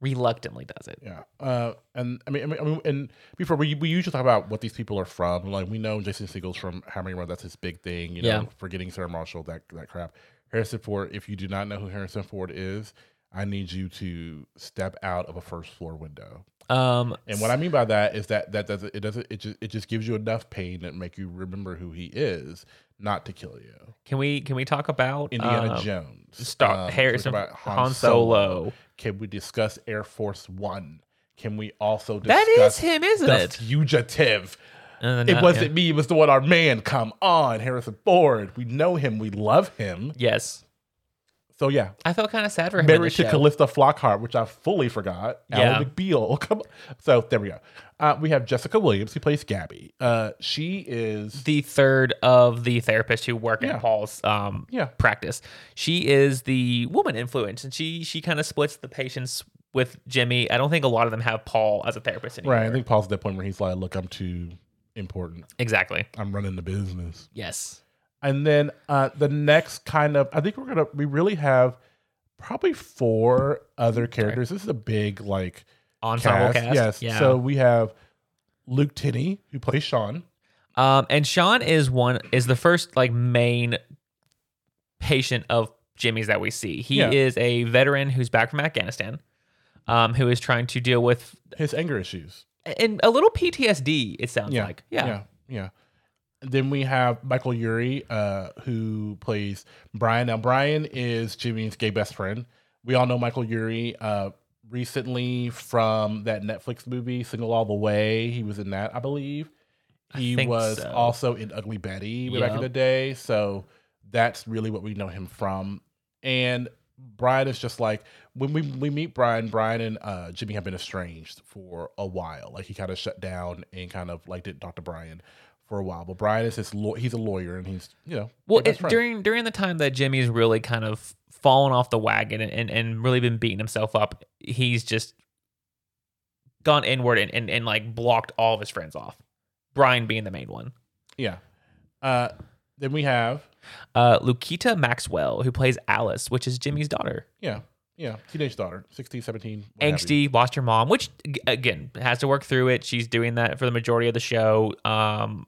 [SPEAKER 2] reluctantly does it.
[SPEAKER 1] Yeah. Uh, and I mean, I mean, I mean, and before we, we usually talk about what these people are from. Like we know Jason Siegel's from Hammering Road. That's his big thing. You know,
[SPEAKER 2] Yeah.
[SPEAKER 1] forgetting Sarah Marshall, that that crap. Harrison Ford. If you do not know who Harrison Ford is, I need you to step out of a first floor window.
[SPEAKER 2] Um,
[SPEAKER 1] And what I mean by that is that that doesn't it doesn't it just it just gives you enough pain that make you remember who he is, not to kill you.
[SPEAKER 2] can we can we talk about
[SPEAKER 1] Indiana
[SPEAKER 2] um,
[SPEAKER 1] Jones. Um,
[SPEAKER 2] Star
[SPEAKER 1] so we
[SPEAKER 2] Harrison
[SPEAKER 1] talk about
[SPEAKER 2] Han Solo.
[SPEAKER 1] Can we discuss Air Force One? Can we also discuss
[SPEAKER 2] That is him, isn't
[SPEAKER 1] the
[SPEAKER 2] it?
[SPEAKER 1] fugitive.
[SPEAKER 2] And then,
[SPEAKER 1] It
[SPEAKER 2] uh,
[SPEAKER 1] wasn't me. It was the one our man. Come on, Harrison Ford. We know him. We love him.
[SPEAKER 2] yeah. Yes,
[SPEAKER 1] So yeah,
[SPEAKER 2] I felt kind of sad for him. in the
[SPEAKER 1] married to
[SPEAKER 2] show.
[SPEAKER 1] Callista Flockhart, which I fully forgot.
[SPEAKER 2] Yeah.
[SPEAKER 1] Alan McBeal. Come on. So there we go. Uh, we have Jessica Williams, who plays Gabby. Uh, she is
[SPEAKER 2] the third of the therapists who work
[SPEAKER 1] Yeah.
[SPEAKER 2] in Paul's um
[SPEAKER 1] yeah.
[SPEAKER 2] practice. She is the woman influence, and she she kind of splits the patients with Jimmy. I don't think a lot of them have Paul as a therapist anymore.
[SPEAKER 1] Right. I think Paul's at that point where he's like, "Look, I'm too important.
[SPEAKER 2] Exactly.
[SPEAKER 1] I'm running the business."
[SPEAKER 2] Yes.
[SPEAKER 1] And then uh, the next kind of, I think we're gonna, we really have probably four other characters. This is a big like
[SPEAKER 2] Ensemble
[SPEAKER 1] cast. Yes.
[SPEAKER 2] cast. Yeah.
[SPEAKER 1] So we have Luke Tinney who plays Sean.
[SPEAKER 2] um, and Sean is one is the first like main patient of Jimmy's that we see. He
[SPEAKER 1] Yeah.
[SPEAKER 2] is a veteran who's back from Afghanistan, um, who is trying to deal with
[SPEAKER 1] His anger issues.
[SPEAKER 2] and a little PTSD. It sounds
[SPEAKER 1] Yeah.
[SPEAKER 2] like. Yeah.
[SPEAKER 1] Yeah. yeah. Then we have Michael Yuri, uh, who plays Brian. Now Brian is Jimmy's gay best friend. We all know Michael Yuri uh, recently from that Netflix movie Single All the Way. He was in that, I believe.
[SPEAKER 2] I
[SPEAKER 1] He
[SPEAKER 2] think
[SPEAKER 1] was
[SPEAKER 2] so.
[SPEAKER 1] also in Ugly Betty way back in
[SPEAKER 2] Yup.
[SPEAKER 1] the day. So that's really what we know him from. And Brian is just like when we we meet Brian. Brian and uh, Jimmy have been estranged for a while. Like he kind of shut down and kind of like didn't talk to Brian for a while. But Brian is his law- he's a lawyer and he's you know
[SPEAKER 2] Well,
[SPEAKER 1] their best
[SPEAKER 2] it,
[SPEAKER 1] friend.
[SPEAKER 2] during during the time that Jimmy's really kind of fallen off the wagon and, and, and really been beating himself up, he's just gone inward and, and, and like blocked all of his friends off. Brian being the main one.
[SPEAKER 1] yeah. Uh, then we have
[SPEAKER 2] Uh, Lukita Maxwell, who plays Alice, which is Jimmy's daughter.
[SPEAKER 1] yeah yeah teenage daughter 16, 17. what have you.
[SPEAKER 2] Angsty, lost her mom, which ag- again has to work through it. She's doing that for the majority of the show. Um,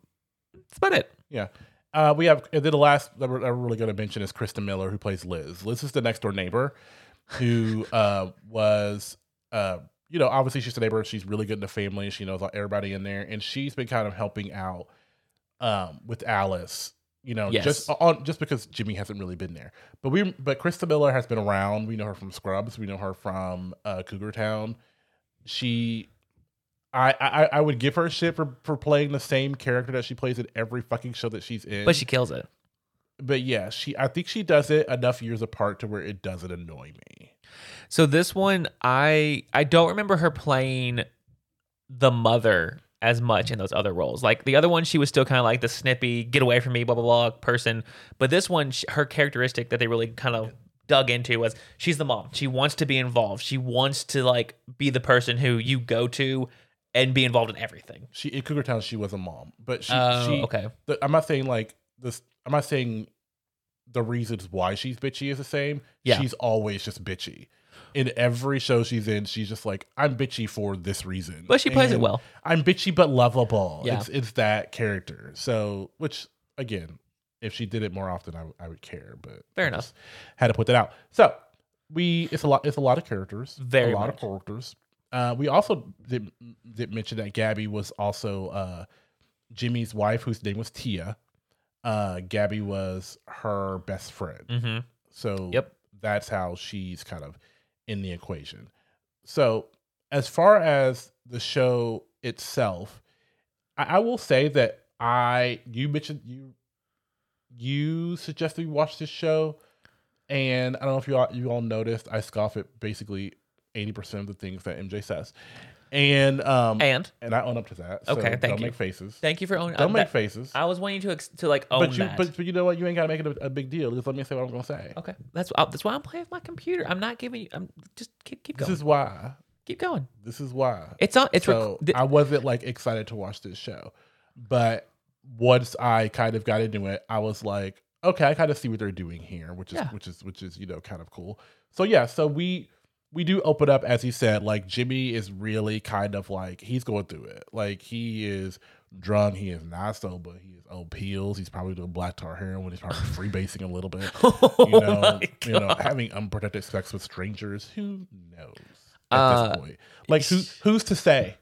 [SPEAKER 2] that's about it.
[SPEAKER 1] Yeah. Uh, we have, and then the last that we're, that we're really going to mention is Krista Miller, who plays Liz. Liz is the next door neighbor who uh, was, uh, you know, obviously she's the neighbor. She's really good in the family. She knows everybody in there. And she's been kind of helping out um, with Alice, you know,
[SPEAKER 2] Yes.
[SPEAKER 1] just on just because Jimmy hasn't really been there. But we, but Krista Miller has been around. We know her from Scrubs. We know her from uh, Cougar Town. She I, I I would give her shit for, for playing the same character that she plays in every fucking show that she's in.
[SPEAKER 2] But she kills it.
[SPEAKER 1] but yeah, she I think she does it enough years apart to where it doesn't annoy me.
[SPEAKER 2] So this one, I I don't remember her playing the mother as much in those other roles. Like the other one, she was still kind of like the snippy, get away from me, blah blah blah person. But this one, sh her characteristic that they really kind of dug into was she's the mom. She wants to be involved. She wants to like be the person who you go to and be involved in everything.
[SPEAKER 1] She in Cougar Town, she was a mom, but she,
[SPEAKER 2] Oh,
[SPEAKER 1] she
[SPEAKER 2] okay.
[SPEAKER 1] the, I'm not saying like this. I'm not saying the reasons why she's bitchy is the same.
[SPEAKER 2] Yeah.
[SPEAKER 1] she's always just bitchy. In every show she's in, she's just like, I'm bitchy for this reason.
[SPEAKER 2] But she plays it
[SPEAKER 1] And
[SPEAKER 2] well.
[SPEAKER 1] I'm bitchy but lovable.
[SPEAKER 2] Yeah.
[SPEAKER 1] It's it's that character. So, which again, if she did it more often, I, would- I would care. But
[SPEAKER 2] Fair
[SPEAKER 1] I
[SPEAKER 2] enough.
[SPEAKER 1] just Had to put that out. So we it's a lot it's a lot of characters.
[SPEAKER 2] Very
[SPEAKER 1] a lot
[SPEAKER 2] much.
[SPEAKER 1] of characters. Uh, we also did, did mention that Gabby was also uh, Jimmy's wife, whose name was Tia. Uh, Gabby was her best friend.
[SPEAKER 2] Mm-hmm.
[SPEAKER 1] So
[SPEAKER 2] Yep.
[SPEAKER 1] that's how she's kind of in the equation. So as far as the show itself, I, I will say that I you mentioned you you suggested we watch this show, and I don't know if you all, you all noticed I scoff at basically eighty percent of the things that MJ says, and um and,
[SPEAKER 2] And
[SPEAKER 1] I own up to that. So
[SPEAKER 2] Okay, thank
[SPEAKER 1] don't
[SPEAKER 2] you.
[SPEAKER 1] make faces.
[SPEAKER 2] thank you for owning.
[SPEAKER 1] don't
[SPEAKER 2] uh,
[SPEAKER 1] make
[SPEAKER 2] that-
[SPEAKER 1] faces.
[SPEAKER 2] I was wanting you to ex- to like own
[SPEAKER 1] but you
[SPEAKER 2] that.
[SPEAKER 1] but, but you know what? You ain't gotta make it a, a big deal. Just let me say what I'm gonna say.
[SPEAKER 2] okay, that's uh, that's why I'm playing with my computer. I'm not giving you. I'm just keep keep
[SPEAKER 1] This
[SPEAKER 2] going.
[SPEAKER 1] is why.
[SPEAKER 2] keep going.
[SPEAKER 1] This is why.
[SPEAKER 2] It's on. It's rec-
[SPEAKER 1] so
[SPEAKER 2] th-
[SPEAKER 1] I wasn't like excited to watch this show, but once I kind of got into it, I was like, okay, I kind of see what they're doing here, which is
[SPEAKER 2] Yeah.
[SPEAKER 1] which is which is you know kind of cool. So yeah, so we we do open up as he said, like Jimmy is really kind of like he's going through it, like he is drunk, he is not sober, he is on pills, he's probably doing black tar heroin, he's probably freebasing a little bit.
[SPEAKER 2] oh
[SPEAKER 1] You know,
[SPEAKER 2] my
[SPEAKER 1] you know,
[SPEAKER 2] God.
[SPEAKER 1] having unprotected sex with strangers, who knows at
[SPEAKER 2] Uh,
[SPEAKER 1] this point? Like who who's to say?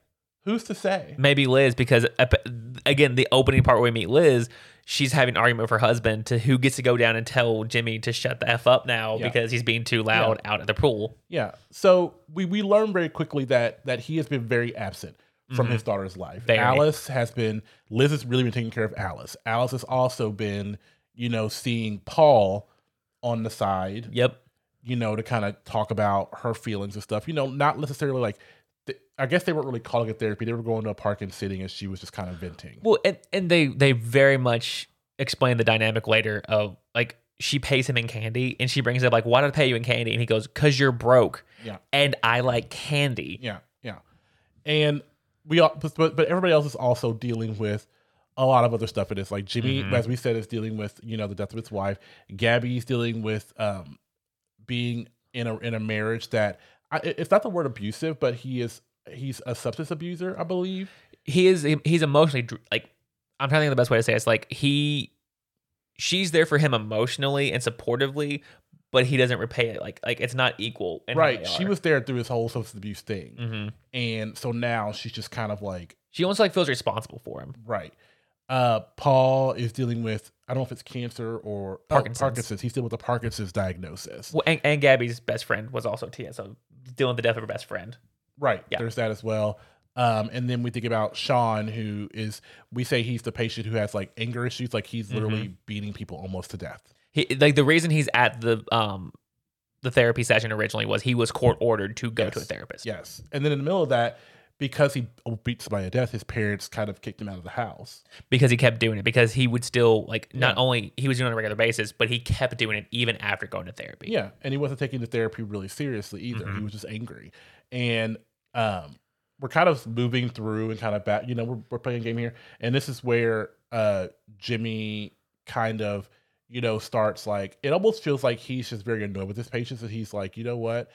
[SPEAKER 1] Who's to say?
[SPEAKER 2] maybe Liz because ep- again the opening part where we meet Liz she's having an argument with her husband to who gets to go down and tell Jimmy to shut the f up now
[SPEAKER 1] Yeah.
[SPEAKER 2] because he's being too loud out at the pool
[SPEAKER 1] Yeah. So we we learn very quickly that that he has been very absent from
[SPEAKER 2] Mhm.
[SPEAKER 1] his daughter's life.
[SPEAKER 2] Very.
[SPEAKER 1] Alice has been Liz has really been taking care of Alice. Alice has also been, you know, seeing Paul on the side.
[SPEAKER 2] yep
[SPEAKER 1] you know, to kind of talk about her feelings and stuff. You know, not necessarily like, th- I guess they weren't really calling it therapy. They were going to a park and sitting, and she was just kind of venting.
[SPEAKER 2] well and, and they they very much explain the dynamic later of like she pays him in candy and she brings up like why did I pay you in candy and he goes cuz you're broke
[SPEAKER 1] Yeah.
[SPEAKER 2] and I like candy
[SPEAKER 1] Yeah, yeah. And we all, but but but everybody else is also dealing with a lot of other stuff. It is like Jimmy,
[SPEAKER 2] Mhm.
[SPEAKER 1] as we said, is dealing with you know the death of his wife. Gabby's dealing with um being in a in a marriage that I, it- it's not the word abusive, but he is he's a substance abuser, I believe.
[SPEAKER 2] he is he's emotionally dr- like I'm trying to think of the best way to say it. it's like he she's there for him emotionally and supportively but he doesn't repay it like like it's not equal in how
[SPEAKER 1] right.
[SPEAKER 2] they
[SPEAKER 1] She
[SPEAKER 2] are.
[SPEAKER 1] was there through his whole substance abuse thing,
[SPEAKER 2] Mhm.
[SPEAKER 1] and so now she's just kind of like
[SPEAKER 2] she almost like feels responsible for him
[SPEAKER 1] Right. Uh, Paul is dealing with I don't know if it's cancer or oh,
[SPEAKER 2] Parkinson's.
[SPEAKER 1] Parkinson's. He's dealing with a Parkinson's diagnosis.
[SPEAKER 2] well, and, and Gabby's best friend was also Tia so dealing with the death of her best friend
[SPEAKER 1] Right.
[SPEAKER 2] Yeah.
[SPEAKER 1] There's that as well. Um, and then we think about Sean, who is we say he's the patient who has like anger issues, like he's literally beating people almost to death.
[SPEAKER 2] he like the reason he's at the um the therapy session originally was he was court ordered to go to a
[SPEAKER 1] Yes.
[SPEAKER 2] therapist
[SPEAKER 1] Yes. And then in the middle of that, because he beat somebody to death, his parents kind of kicked him out of the house.
[SPEAKER 2] because he kept doing it because he would still like not
[SPEAKER 1] Yeah.
[SPEAKER 2] only he was doing it on a regular basis but he kept doing it even after going to therapy
[SPEAKER 1] Yeah, and he wasn't taking the therapy really seriously either.
[SPEAKER 2] Mhm.
[SPEAKER 1] He was just angry, and um, we're kind of moving through and kind of back. You know, we're, we're playing a game here, and this is where uh, Jimmy kind of you know starts like it almost feels like he's just very annoyed with his patients, and he's like, you know what.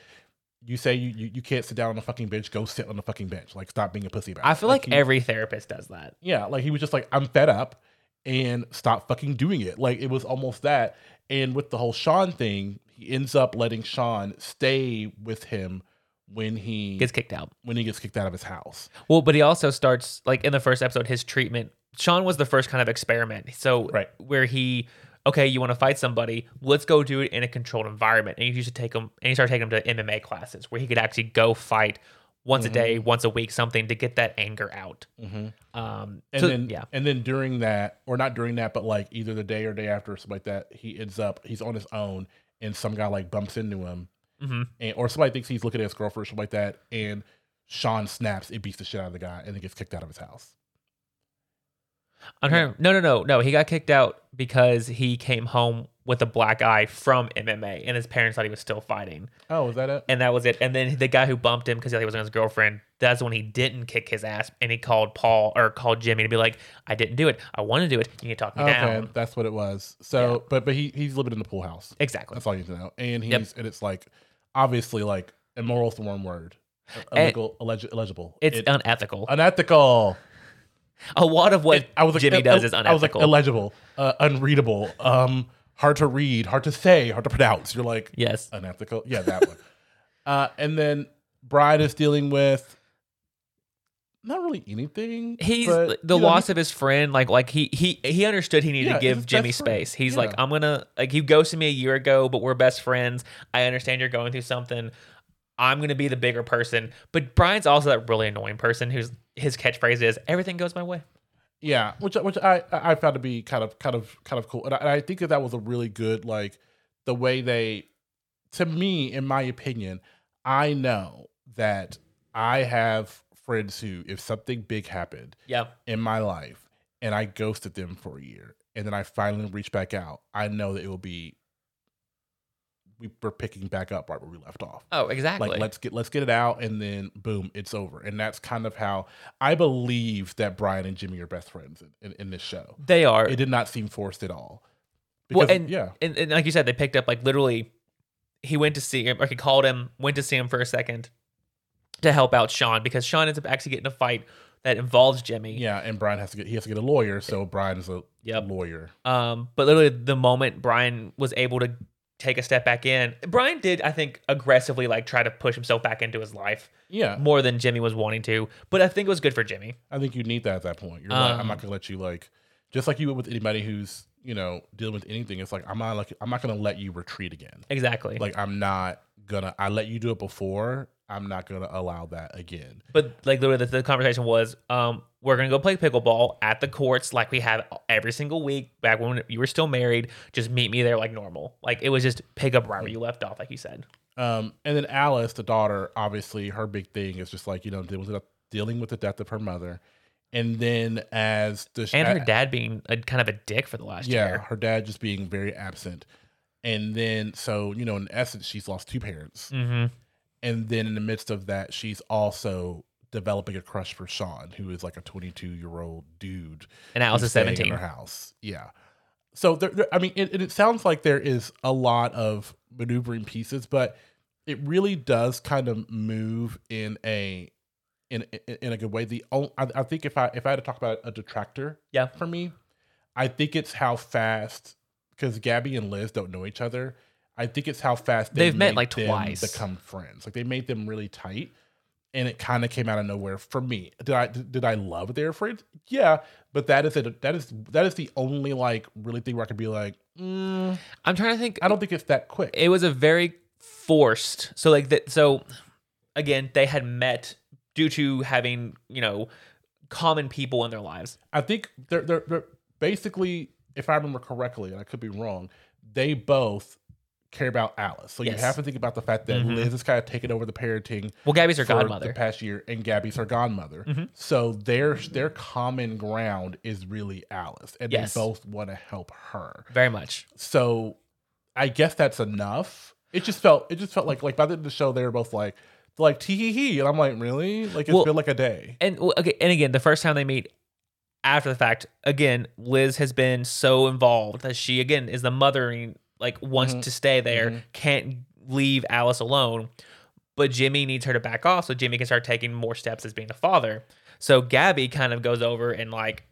[SPEAKER 1] You say you, you, you can't sit down on the fucking bench. Go sit on the fucking bench. Like stop being a pussy. About
[SPEAKER 2] I
[SPEAKER 1] it.
[SPEAKER 2] feel like,
[SPEAKER 1] he-
[SPEAKER 2] every therapist does that.
[SPEAKER 1] yeah, like he was just like, I'm fed up and stop fucking doing it. Like it was almost that. And with the whole Sean thing, he ends up letting Sean stay with him when he
[SPEAKER 2] Gets kicked out.
[SPEAKER 1] when he gets kicked out of his house.
[SPEAKER 2] Well, but he also starts like in the first episode his treatment. Sean was the first kind of experiment. So
[SPEAKER 1] Right.
[SPEAKER 2] where he okay, you want to fight somebody, let's go do it in a controlled environment. And he used to take him and he started taking him to MMA classes where he could actually go fight once a
[SPEAKER 1] Mm-hmm.
[SPEAKER 2] day, once a week, something to get that anger out. Um
[SPEAKER 1] And
[SPEAKER 2] so,
[SPEAKER 1] then
[SPEAKER 2] yeah.
[SPEAKER 1] and then during that, or not during that, but like either the day or day after or something like that, he ends up he's on his own and some guy like bumps into him
[SPEAKER 2] hmm
[SPEAKER 1] and or somebody thinks he's looking at his girlfriend or something like that, and Sean snaps, it beats the shit out of the guy and it gets kicked out of his house.
[SPEAKER 2] I'm trying. No, no, no, no. He got kicked out because he came home with a black eye from MMA, and his parents thought he was still fighting,
[SPEAKER 1] Oh, is that it?
[SPEAKER 2] and that was it. And then the guy who bumped him because he thought he was his girlfriend. That's when he didn't kick his ass, and he called Paul or called Jimmy to be like, "I didn't do it. I want to do it. You can talk me
[SPEAKER 1] Okay,
[SPEAKER 2] down."
[SPEAKER 1] that's what it was. So, but but he he's living in the pool house.
[SPEAKER 2] Exactly.
[SPEAKER 1] That's all you need to know. And he's and it's like obviously like immoral is the wrong word. Uh, Illegal, illeg- illegible.
[SPEAKER 2] Eh, It's
[SPEAKER 1] It-
[SPEAKER 2] unethical.
[SPEAKER 1] unethical.
[SPEAKER 2] a lot of what
[SPEAKER 1] I was like,
[SPEAKER 2] Jimmy
[SPEAKER 1] uh,
[SPEAKER 2] does is
[SPEAKER 1] I was like
[SPEAKER 2] unethical.
[SPEAKER 1] illegible, uh, unreadable, um, hard to read, hard to say, hard to pronounce. You're like
[SPEAKER 2] yes.
[SPEAKER 1] unethical. Yeah, that one. Uh, and then Bride is dealing with not really anything.
[SPEAKER 2] He's
[SPEAKER 1] but,
[SPEAKER 2] the
[SPEAKER 1] you know,
[SPEAKER 2] loss of his friend. Like like he he he understood he needed
[SPEAKER 1] Yeah,
[SPEAKER 2] to
[SPEAKER 1] he's his
[SPEAKER 2] give
[SPEAKER 1] best
[SPEAKER 2] Jimmy
[SPEAKER 1] friend.
[SPEAKER 2] space. He's like
[SPEAKER 1] Yeah.
[SPEAKER 2] I'm gonna like you ghosted me a year ago, but we're best friends. I understand you're going through something. I'm gonna be the bigger person. But Brian's also that really annoying person who's his catchphrase is everything goes my way.
[SPEAKER 1] Yeah, which which I I I found to be kind of kind of kind of cool, and I, and I think that that was a really good like the way they, to me, in my opinion, I know that I have friends who, if something big happened
[SPEAKER 2] Yeah.
[SPEAKER 1] in my life, and I ghosted them for a year, and then I finally reach back out, I know that it will be. We were picking back up right where we left off
[SPEAKER 2] Oh, exactly.
[SPEAKER 1] like let's get let's get it out and then boom it's over and that's kind of how i believe that brian and jimmy are best friends in, in, in this show
[SPEAKER 2] they are.
[SPEAKER 1] it did not seem forced at all
[SPEAKER 2] Well,
[SPEAKER 1] because
[SPEAKER 2] and-
[SPEAKER 1] yeah
[SPEAKER 2] and, and like you said, they picked up like literally. He went to see him, or he called him, went to see him for a second to help out Sean because Sean ends up actually getting a fight that involves Jimmy.
[SPEAKER 1] yeah and brian has to get he has to get a lawyer so brian is a
[SPEAKER 2] Yep.
[SPEAKER 1] lawyer
[SPEAKER 2] Um, but literally the moment Brian was able to take a step back in, Brian did, I think, aggressively like try to push himself back into his life
[SPEAKER 1] yeah
[SPEAKER 2] more than Jimmy was wanting to. But I think it was good for Jimmy.
[SPEAKER 1] i think you need that at that point you're like i'm not
[SPEAKER 2] Um,
[SPEAKER 1] gonna let you like just like you would with anybody who's you know dealing with anything it's like i'm not like i'm not gonna let you retreat again
[SPEAKER 2] Exactly.
[SPEAKER 1] like i'm not gonna i let you do it before i'm not gonna allow that again
[SPEAKER 2] but like literally the, the conversation was, um, we're gonna go play pickleball at the courts like we have every single week back when you were still married. Just meet me there like normal. Like it was just pick up right where you left off, like you said.
[SPEAKER 1] Um, and then Alice, the daughter, obviously her big thing is just like you know dealing with the, dealing with the death of her mother, and then as the sh-
[SPEAKER 2] And her
[SPEAKER 1] a-
[SPEAKER 2] dad being a, kind of a dick for the last
[SPEAKER 1] yeah,
[SPEAKER 2] year.
[SPEAKER 1] her dad just being very absent, and then so you know in essence she's lost two parents,
[SPEAKER 2] Mm-hmm.
[SPEAKER 1] and then in the midst of that she's also developing a crush for Sean, who is like a twenty two year old dude
[SPEAKER 2] And Alice is
[SPEAKER 1] who's staying in
[SPEAKER 2] seventeen.
[SPEAKER 1] her house. Yeah. So there, there- I mean, it, it- it sounds like there is a lot of maneuvering pieces, but it really does kind of move in a in in, in a good way. The only, I, I think if I if I had to talk about a detractor,
[SPEAKER 2] Yeah.
[SPEAKER 1] for me, I think it's how fast because Gabby and Liz don't know each other. I think it's how fast they
[SPEAKER 2] They've met,
[SPEAKER 1] made
[SPEAKER 2] like,
[SPEAKER 1] them
[SPEAKER 2] twice.
[SPEAKER 1] become friends. Like they made them really tight, and it kind of came out of nowhere for me. Did I did I love that they were friends? Yeah, but that is it. That is that is the only like really thing where I could be like, mm,
[SPEAKER 2] I'm trying to think
[SPEAKER 1] I don't think it's that quick.
[SPEAKER 2] it was a very forced so like that so again they had met due to having you know common people in their lives
[SPEAKER 1] I think they're they're, they're basically, if I remember correctly, and I could be wrong, they both care about Alice. So
[SPEAKER 2] Yes.
[SPEAKER 1] you have to think about the fact that
[SPEAKER 2] Mhm.
[SPEAKER 1] Liz has kind of taken over the parenting
[SPEAKER 2] well gabby's her
[SPEAKER 1] for
[SPEAKER 2] godmother
[SPEAKER 1] the past year, and Gabby's her godmother.
[SPEAKER 2] Mhm.
[SPEAKER 1] So their their common ground is really Alice, and
[SPEAKER 2] Yes.
[SPEAKER 1] they both want to help her.
[SPEAKER 2] very much
[SPEAKER 1] So I guess that's enough. It just felt it just felt like like by the end of the show they were both like they're like tee hee hee, and I'm like really like it's
[SPEAKER 2] Well-
[SPEAKER 1] been like a day.
[SPEAKER 2] and well, okay and again the first time they meet after the fact again liz has been so involved that she again is the mothering like wants
[SPEAKER 1] Mhm.
[SPEAKER 2] to stay there
[SPEAKER 1] Mhm.
[SPEAKER 2] can't leave alice alone but jimmy needs her to back off so jimmy can start taking more steps as being a father so gabby kind of goes over and like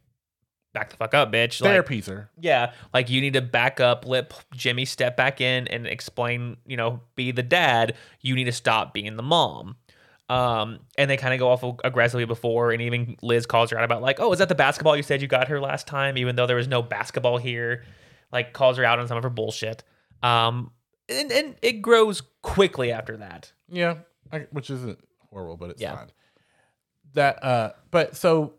[SPEAKER 2] back the fuck up bitch like,
[SPEAKER 1] Therapies her.
[SPEAKER 2] yeah, like you need to back up, let P- Jimmy step back in and explain, you know, be the dad. You need to stop being the mom. Um, and they kind of go off aggressively before, and even Liz calls her out about like, oh, is that the basketball you said you got her last time, even though there was no basketball here? Like calls her out on some of her bullshit. Um, and and it grows quickly after that.
[SPEAKER 1] Yeah, I, which isn't horrible, but it's
[SPEAKER 2] Yeah.
[SPEAKER 1] fine. That uh, but so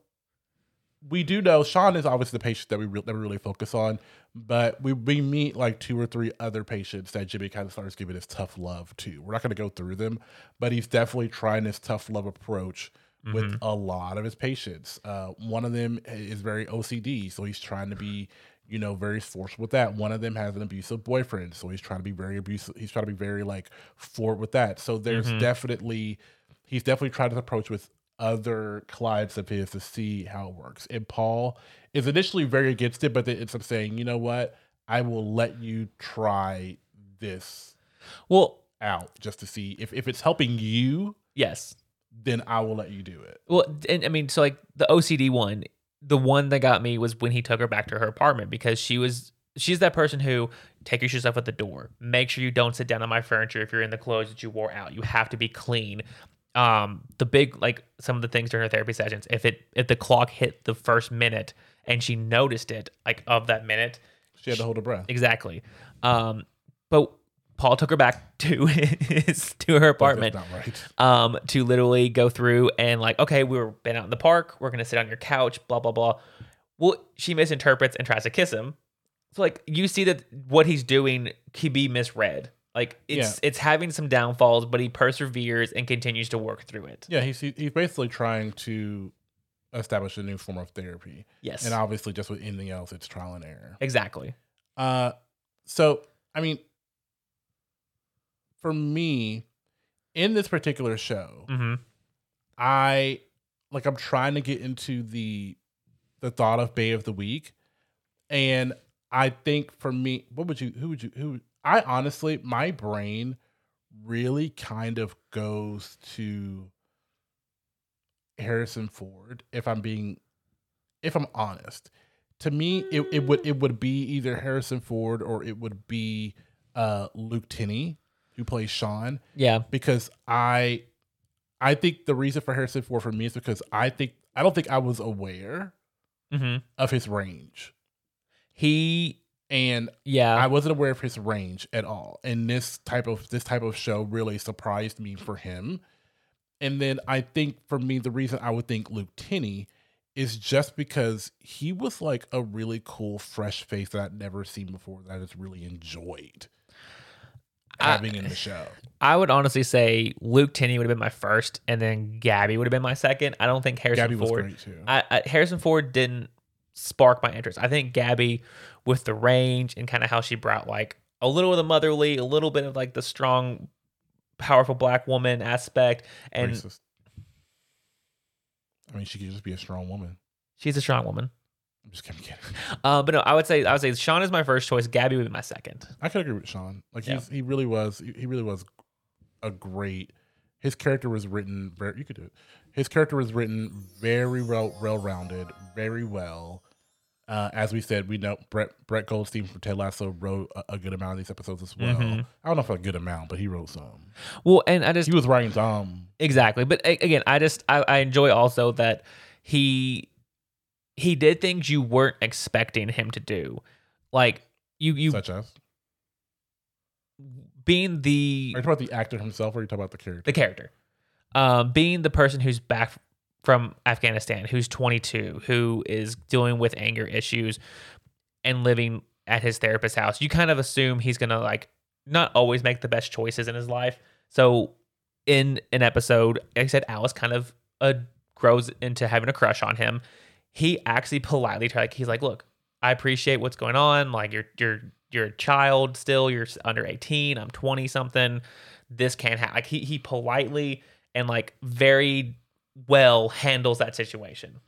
[SPEAKER 1] we do know Sean is obviously the patient that we re- that we really focus on, but we we meet like two or three other patients that Jimmy kind of starts giving his tough love to. We're not going to go through them, but he's definitely trying this tough love approach with
[SPEAKER 2] Mhm.
[SPEAKER 1] a lot of his patients. Uh, one of them is very OCD, so he's trying to be, you know, very forceful with that. One of them has an abusive boyfriend, so he's trying to be very abusive. He's trying to be very like forward with that. So there's
[SPEAKER 2] Mhm.
[SPEAKER 1] definitely, he's definitely tried to approach with other clients of his to see how it works. And Paul is initially very against it, but then it's up saying, you know what, I will let you try this
[SPEAKER 2] Well,
[SPEAKER 1] out just to see if, if it's helping you,
[SPEAKER 2] yes.
[SPEAKER 1] then I will let you do it.
[SPEAKER 2] Well, and I mean, so like the OCD one, the one that got me was when he took her back to her apartment because she was she's that person who take your shoes off at the door. Make sure you don't sit down on my furniture if you're in the clothes that you wore out. You have to be clean. Um, the big like some of the things during her therapy sessions, if it if the clock hit the first minute and she noticed it, like of that minute,
[SPEAKER 1] She had to hold her breath.
[SPEAKER 2] exactly. Um, but Paul took her back to his to her apartment
[SPEAKER 1] That's not right.
[SPEAKER 2] um, to literally go through and like, okay, we were been out in the park, we're gonna sit on your couch, blah blah blah. Well, she misinterprets and tries to kiss him. So like you see that what he's doing can be misread. Like it's it's having some downfalls, but he perseveres and continues to work through it.
[SPEAKER 1] Yeah, he's he- he's basically trying to establish a new form of therapy,
[SPEAKER 2] Yes,
[SPEAKER 1] and obviously, just with anything else, it's trial and error.
[SPEAKER 2] exactly.
[SPEAKER 1] Uh, so I mean, for me, in this particular show,
[SPEAKER 2] hmm
[SPEAKER 1] I like I'm trying to get into the the thought of Bay of the Week, and I think for me, what would you? Who would you? Who? I honestly, my brain really kind of goes to Harrison Ford. If I'm being, if I'm honest, to me, it, it would it would be either Harrison Ford or it would be uh, Luke Tinney, who plays Sean
[SPEAKER 2] Yeah,
[SPEAKER 1] because I I think the reason for Harrison Ford for me is because I think I don't think I was aware
[SPEAKER 2] hmm
[SPEAKER 1] of his range.
[SPEAKER 2] he
[SPEAKER 1] And
[SPEAKER 2] yeah
[SPEAKER 1] I wasn't aware of his range at all. And this type of this type of show really surprised me for him. And then I think for me the reason I would think Luke Tinney is just because he was like a really cool fresh face that I'd never seen before that I just really enjoyed
[SPEAKER 2] I-
[SPEAKER 1] having in the show.
[SPEAKER 2] I would honestly say Luke Tinney would have been my first, and then Gabby would have been my second. I don't think Harrison
[SPEAKER 1] Gabby was
[SPEAKER 2] Ford
[SPEAKER 1] great too.
[SPEAKER 2] I, I, Harrison Ford didn't spark my interest. I think Gabby, with the range and kind of how she brought like a little of the motherly, a little bit of like the strong, powerful black woman aspect, and
[SPEAKER 1] racist. I mean, she could just be a strong woman.
[SPEAKER 2] she's a strong woman.
[SPEAKER 1] I'm just kidding. kidding.
[SPEAKER 2] Uh, but no, I would say I would say Sean is my first choice. Gabby would be my second.
[SPEAKER 1] I could agree with Sean. Like
[SPEAKER 2] Yeah.
[SPEAKER 1] he's, he really was. He he really was a great. His character was written. Very, you could do it. His character was written very well, well rounded, very well. Uh, as we said, we know Brett Brett Goldstein from Ted Lasso wrote a, a good amount of these episodes as well.
[SPEAKER 2] Mhm.
[SPEAKER 1] I don't know if a good amount, but he wrote some.
[SPEAKER 2] Well, and I just
[SPEAKER 1] He was writing some.
[SPEAKER 2] exactly, but a- again, I just I, I enjoy also that he he did things you weren't expecting him to do, like you you
[SPEAKER 1] such as.
[SPEAKER 2] being the
[SPEAKER 1] Are you talking about the actor himself, or are you talking about the character?
[SPEAKER 2] the character um, being the person who's back from afghanistan who's 22 who is dealing with anger issues and living at his therapist's house you kind of assume he's gonna like not always make the best choices in his life so in an episode like i said alice kind of uh, grows into having a crush on him he actually politely tried like he's like look i appreciate what's going on like you're you're you're a child still you're s- under 18 i'm 20 something this can't happen like he, he politely and like very well handles that situation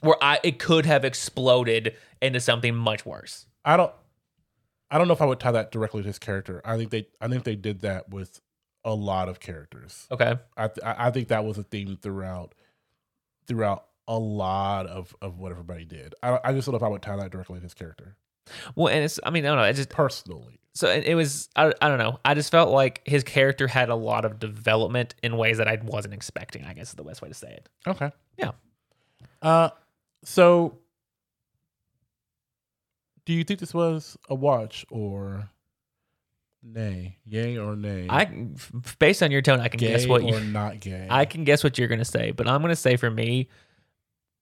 [SPEAKER 2] where i it could have exploded into something much worse
[SPEAKER 1] I don't I don't know if I would tie that directly to his character. I think they I think they did that with a lot of characters.
[SPEAKER 2] okay
[SPEAKER 1] I th- I I think that was a theme throughout throughout a lot of of what everybody did. I I just don't know if I would tie that directly to his character
[SPEAKER 2] well and it's i mean i don't know it just
[SPEAKER 1] personally.
[SPEAKER 2] so it, it was I, I don't know i just felt like his character had a lot of development in ways that i wasn't expecting i guess is the best way to say it
[SPEAKER 1] Okay.
[SPEAKER 2] Yeah.
[SPEAKER 1] Uh so do you think this was a watch or nay? Yay or nay?
[SPEAKER 2] i can- f- f- based on your tone i can
[SPEAKER 1] gay
[SPEAKER 2] guess what
[SPEAKER 1] or
[SPEAKER 2] you
[SPEAKER 1] not gay?
[SPEAKER 2] I can guess what you're going to say, but I'm going to say for me,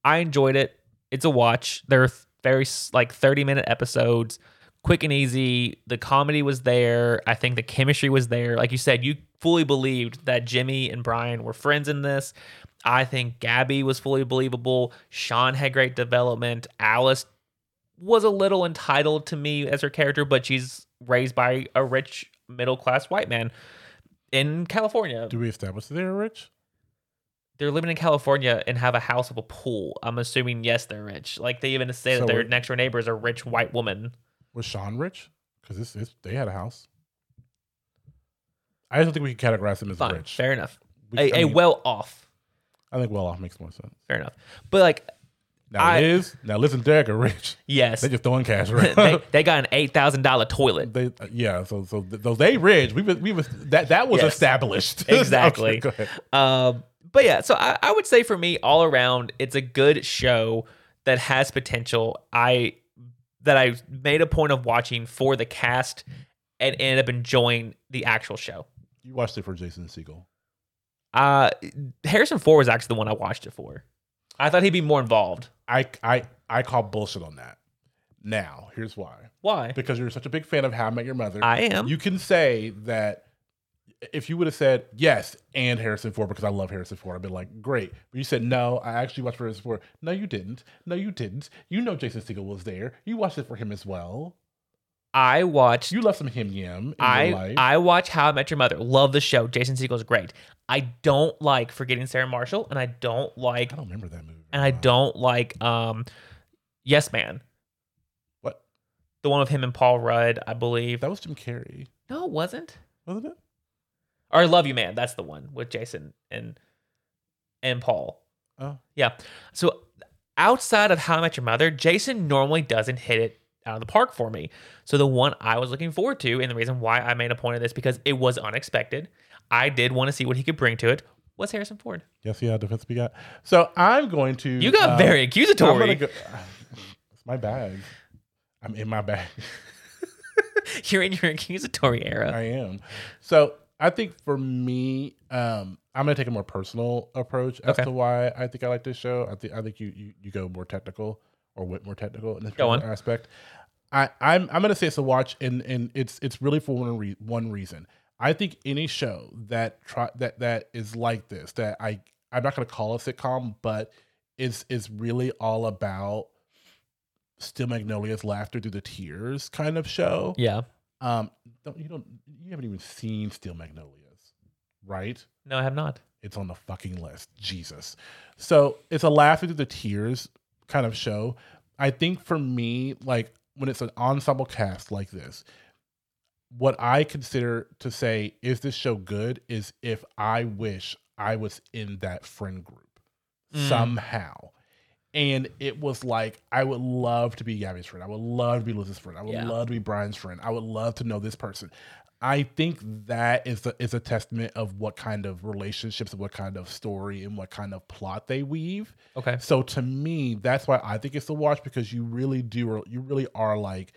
[SPEAKER 2] I enjoyed it. It's a watch. They're th- very s- like 30 minute episodes, quick and easy. The comedy was there. I think the chemistry was there. Like you said, you fully believed that Jimmy and Brian were friends in this. I think Gabby was fully believable. Sean had great development. Alice was a little entitled to me as her character, but she's raised by a rich middle class white man in California.
[SPEAKER 1] Do we establish they're rich?
[SPEAKER 2] They're living in California and have a house with a pool. I'm assuming yes, they're rich. Like they even say
[SPEAKER 1] So
[SPEAKER 2] that their
[SPEAKER 1] it-
[SPEAKER 2] next door neighbor is a rich white woman.
[SPEAKER 1] Was Sean rich? Because this is they had a house. I just don't think we can categorize him as
[SPEAKER 2] Fine,
[SPEAKER 1] rich.
[SPEAKER 2] fair enough.
[SPEAKER 1] We-
[SPEAKER 2] A,
[SPEAKER 1] I,
[SPEAKER 2] a
[SPEAKER 1] mean,
[SPEAKER 2] well off,
[SPEAKER 1] I think well off makes more sense.
[SPEAKER 2] fair enough. But like
[SPEAKER 1] Now
[SPEAKER 2] I-
[SPEAKER 1] Liz, now Liz and Derek are rich.
[SPEAKER 2] yes,
[SPEAKER 1] They
[SPEAKER 2] they,
[SPEAKER 1] just throwing cash around.
[SPEAKER 2] they, got an eight thousand dollar toilet.
[SPEAKER 1] They, uh, yeah, so so th- so they rich. We was we was that that was
[SPEAKER 2] Yes.
[SPEAKER 1] established
[SPEAKER 2] Exactly.
[SPEAKER 1] Okay, go ahead.
[SPEAKER 2] Um, but yeah, so I, I would say for me, all around, it's a good show that has potential. I that I made a point of watching for the cast and ended up enjoying the actual show.
[SPEAKER 1] You watched it for Jason Siegel.
[SPEAKER 2] Uh, Harrison Ford was actually the one I watched it for. I thought he'd be more involved.
[SPEAKER 1] I I I call bullshit on that. Now here's why.
[SPEAKER 2] Why?
[SPEAKER 1] Because you're such a big fan of How I Met Your Mother.
[SPEAKER 2] I am.
[SPEAKER 1] You can say that if you would have said yes and Harrison Ford because I love Harrison Ford, I'd been like, great. But you said no, I actually watched for Harrison Ford. No, you didn't. No, you didn't. You know Jason Segel was there. You watched it for him as well.
[SPEAKER 2] I watched.
[SPEAKER 1] You left some him yam in your
[SPEAKER 2] I
[SPEAKER 1] life.
[SPEAKER 2] I watch How I Met Your Mother. Love the show. Jason Segel is great. I don't like Forgetting Sarah Marshall, and I don't like
[SPEAKER 1] I don't remember that movie.
[SPEAKER 2] and I
[SPEAKER 1] Wow.
[SPEAKER 2] don't like um, Yes Man,
[SPEAKER 1] What?
[SPEAKER 2] the one with him and Paul Rudd, I believe.
[SPEAKER 1] That was Jim Carrey,
[SPEAKER 2] No, it wasn't.
[SPEAKER 1] wasn't it?
[SPEAKER 2] Or I Love You Man. That's the one with Jason and and Paul.
[SPEAKER 1] Oh.
[SPEAKER 2] Yeah. So outside of How I Met Your Mother, Jason normally doesn't hit it out of the park for me. So the one I was looking forward to, and the reason why I made a point of this because it was unexpected. I did want to see what he could bring to it. Was Harrison Ford?
[SPEAKER 1] Yeah, see how defensive we got. So I'm going to.
[SPEAKER 2] You got
[SPEAKER 1] um,
[SPEAKER 2] very
[SPEAKER 1] I'm
[SPEAKER 2] accusatory.
[SPEAKER 1] gonna go, it's my bag. I'm in my bag.
[SPEAKER 2] You're in your accusatory era.
[SPEAKER 1] I am. So I think for me, um, I'm gonna take a more personal approach as
[SPEAKER 2] Okay.
[SPEAKER 1] to why I think I like this show. I think I think you you, you go more technical or went more technical in this
[SPEAKER 2] Go on.
[SPEAKER 1] particular aspect. I, I'm I'm gonna say it's a watch, and and it's it's really for one re- one reason. I think any show that try that that is like this that I I'm not gonna call a sitcom, but is is really all about still magnolia's laughter through the tears kind of show.
[SPEAKER 2] Yeah.
[SPEAKER 1] Um, don't you don't you haven't even seen Steel Magnolias, right?
[SPEAKER 2] No, I have not.
[SPEAKER 1] It's on the fucking list. Jesus. So it's a laughing through the tears kind of show. I think for me, like when it's an ensemble cast like this, what I consider to say is this show good is if I wish I was in that friend group
[SPEAKER 2] Mm.
[SPEAKER 1] somehow. And it was like, I would love to be Gabby's friend. I would love to be Liz's friend. I would
[SPEAKER 2] Yeah.
[SPEAKER 1] love to be Brian's friend. I would love to know this person. I think that is a, is a testament of what kind of relationships and what kind of story and what kind of plot they weave.
[SPEAKER 2] Okay.
[SPEAKER 1] So to me, that's why I think it's a watch because you really do, you really are like,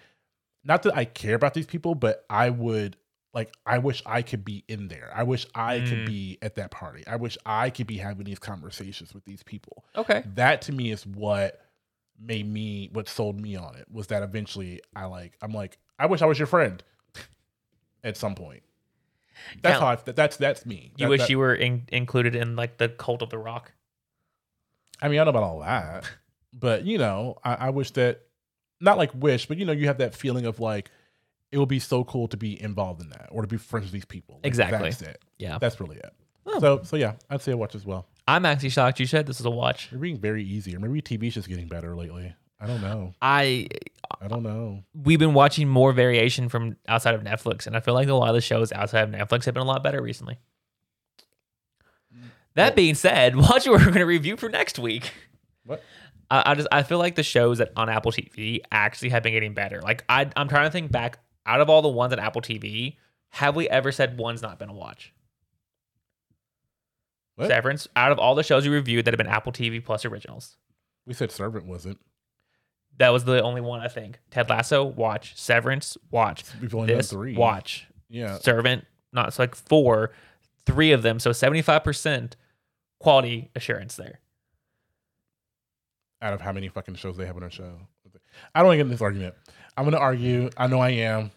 [SPEAKER 1] not that I care about these people, but I would like, I wish I could be in there. I wish I
[SPEAKER 2] Mm.
[SPEAKER 1] could be at that party. I wish I could be having these conversations with these people.
[SPEAKER 2] Okay.
[SPEAKER 1] That to me is what made me, what sold me on it was that eventually I like, I'm like, I wish I was your friend at some point. That's
[SPEAKER 2] Now-
[SPEAKER 1] how I, that's, that's me.
[SPEAKER 2] You
[SPEAKER 1] That-
[SPEAKER 2] wish
[SPEAKER 1] that-
[SPEAKER 2] you were in- included in like the cult of the rock.
[SPEAKER 1] I mean, I don't know about all that, but you know, I, I wish that not like wish, but you know, you have that feeling of like it would be so cool to be involved in that or to be friends with these people. Like,
[SPEAKER 2] Exactly.
[SPEAKER 1] That's it.
[SPEAKER 2] Yeah.
[SPEAKER 1] That's really it.
[SPEAKER 2] Oh.
[SPEAKER 1] So, so yeah, I'd say a watch as well.
[SPEAKER 2] I'm actually shocked you said this is a watch.
[SPEAKER 1] They're being very easy, or maybe TV's just getting better lately. I don't know.
[SPEAKER 2] I
[SPEAKER 1] I don't know.
[SPEAKER 2] we've been watching more variation from outside of Netflix, and I feel like a lot of the shows outside of Netflix have been a lot better recently. That being said, watch what we're going to review for next week.
[SPEAKER 1] What?
[SPEAKER 2] I, I just I feel like the shows that on Apple TV actually have been getting better. Like I I'm trying to think back out of all the ones on Apple TV, have we ever said one's not been a watch?
[SPEAKER 1] What?
[SPEAKER 2] Severance. Out of all the shows we reviewed that have been Apple TV Plus originals,
[SPEAKER 1] We said servant wasn't.
[SPEAKER 2] that was the only one I think. Ted Lasso, watch. Severance, watch.
[SPEAKER 1] We've only
[SPEAKER 2] This,
[SPEAKER 1] done three.
[SPEAKER 2] watch.
[SPEAKER 1] Yeah.
[SPEAKER 2] servant, not it's like four, three of them. So 75% quality assurance there.
[SPEAKER 1] Out of how many fucking shows they have on their show. I don't want to get in this argument. I'm gonna argue. I know I am.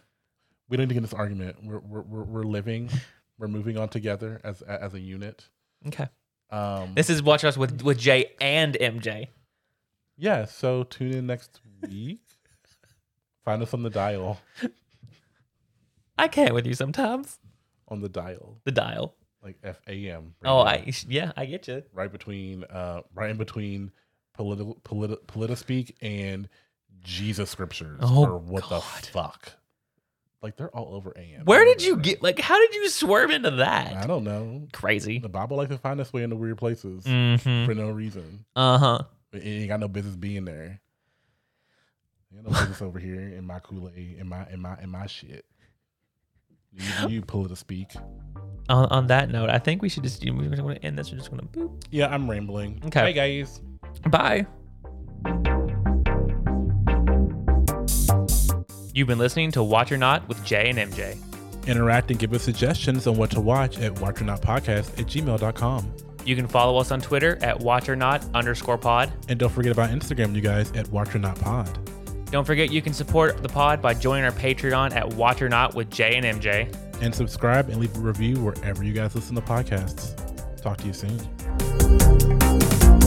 [SPEAKER 1] We don't need to get in this argument. We're we're we're, we're living. We're moving on together as as a unit.
[SPEAKER 2] Okay.
[SPEAKER 1] Um,
[SPEAKER 2] This is Watch Us with with Jay and MJ.
[SPEAKER 1] yeah. So tune in next week. Find us on the dial.
[SPEAKER 2] I can't with you sometimes.
[SPEAKER 1] On the dial,
[SPEAKER 2] The dial.
[SPEAKER 1] like F A M.
[SPEAKER 2] Oh, I yeah, I get you.
[SPEAKER 1] right between uh right in between political politi- politispeak and Jesus scriptures
[SPEAKER 2] Oh,
[SPEAKER 1] or what the
[SPEAKER 2] God.
[SPEAKER 1] fuck. Like they're all over AM.
[SPEAKER 2] Where did you get like? How did you swerve into
[SPEAKER 1] I
[SPEAKER 2] that?
[SPEAKER 1] don't know.
[SPEAKER 2] Crazy.
[SPEAKER 1] The Bible likes to find its way into weird places
[SPEAKER 2] Mm-hmm.
[SPEAKER 1] for no reason.
[SPEAKER 2] Uh huh.
[SPEAKER 1] It ain't got no business being there. Ain't no business over here in my Kool Aid, in my in my in my shit. You, you politispeak.
[SPEAKER 2] On, on that note, I think we should just we're just gonna end this. We're just gonna boop.
[SPEAKER 1] Yeah, I'm rambling.
[SPEAKER 2] Okay.
[SPEAKER 1] Hey guys.
[SPEAKER 2] Bye. You've been listening to Watch or Not with Jay and MJ.
[SPEAKER 1] Interact and give us suggestions on what to watch at watchernotpodcast at gmail.com.
[SPEAKER 2] You can follow us on Twitter at Watch or Not underscore pod.
[SPEAKER 1] And don't forget about Instagram, you guys, at Watch or Not Pod.
[SPEAKER 2] Don't forget you can support the pod by joining our Patreon at Watch or Not with Jay and MJ.
[SPEAKER 1] And subscribe and leave a review wherever you guys listen to podcasts. Talk to you soon.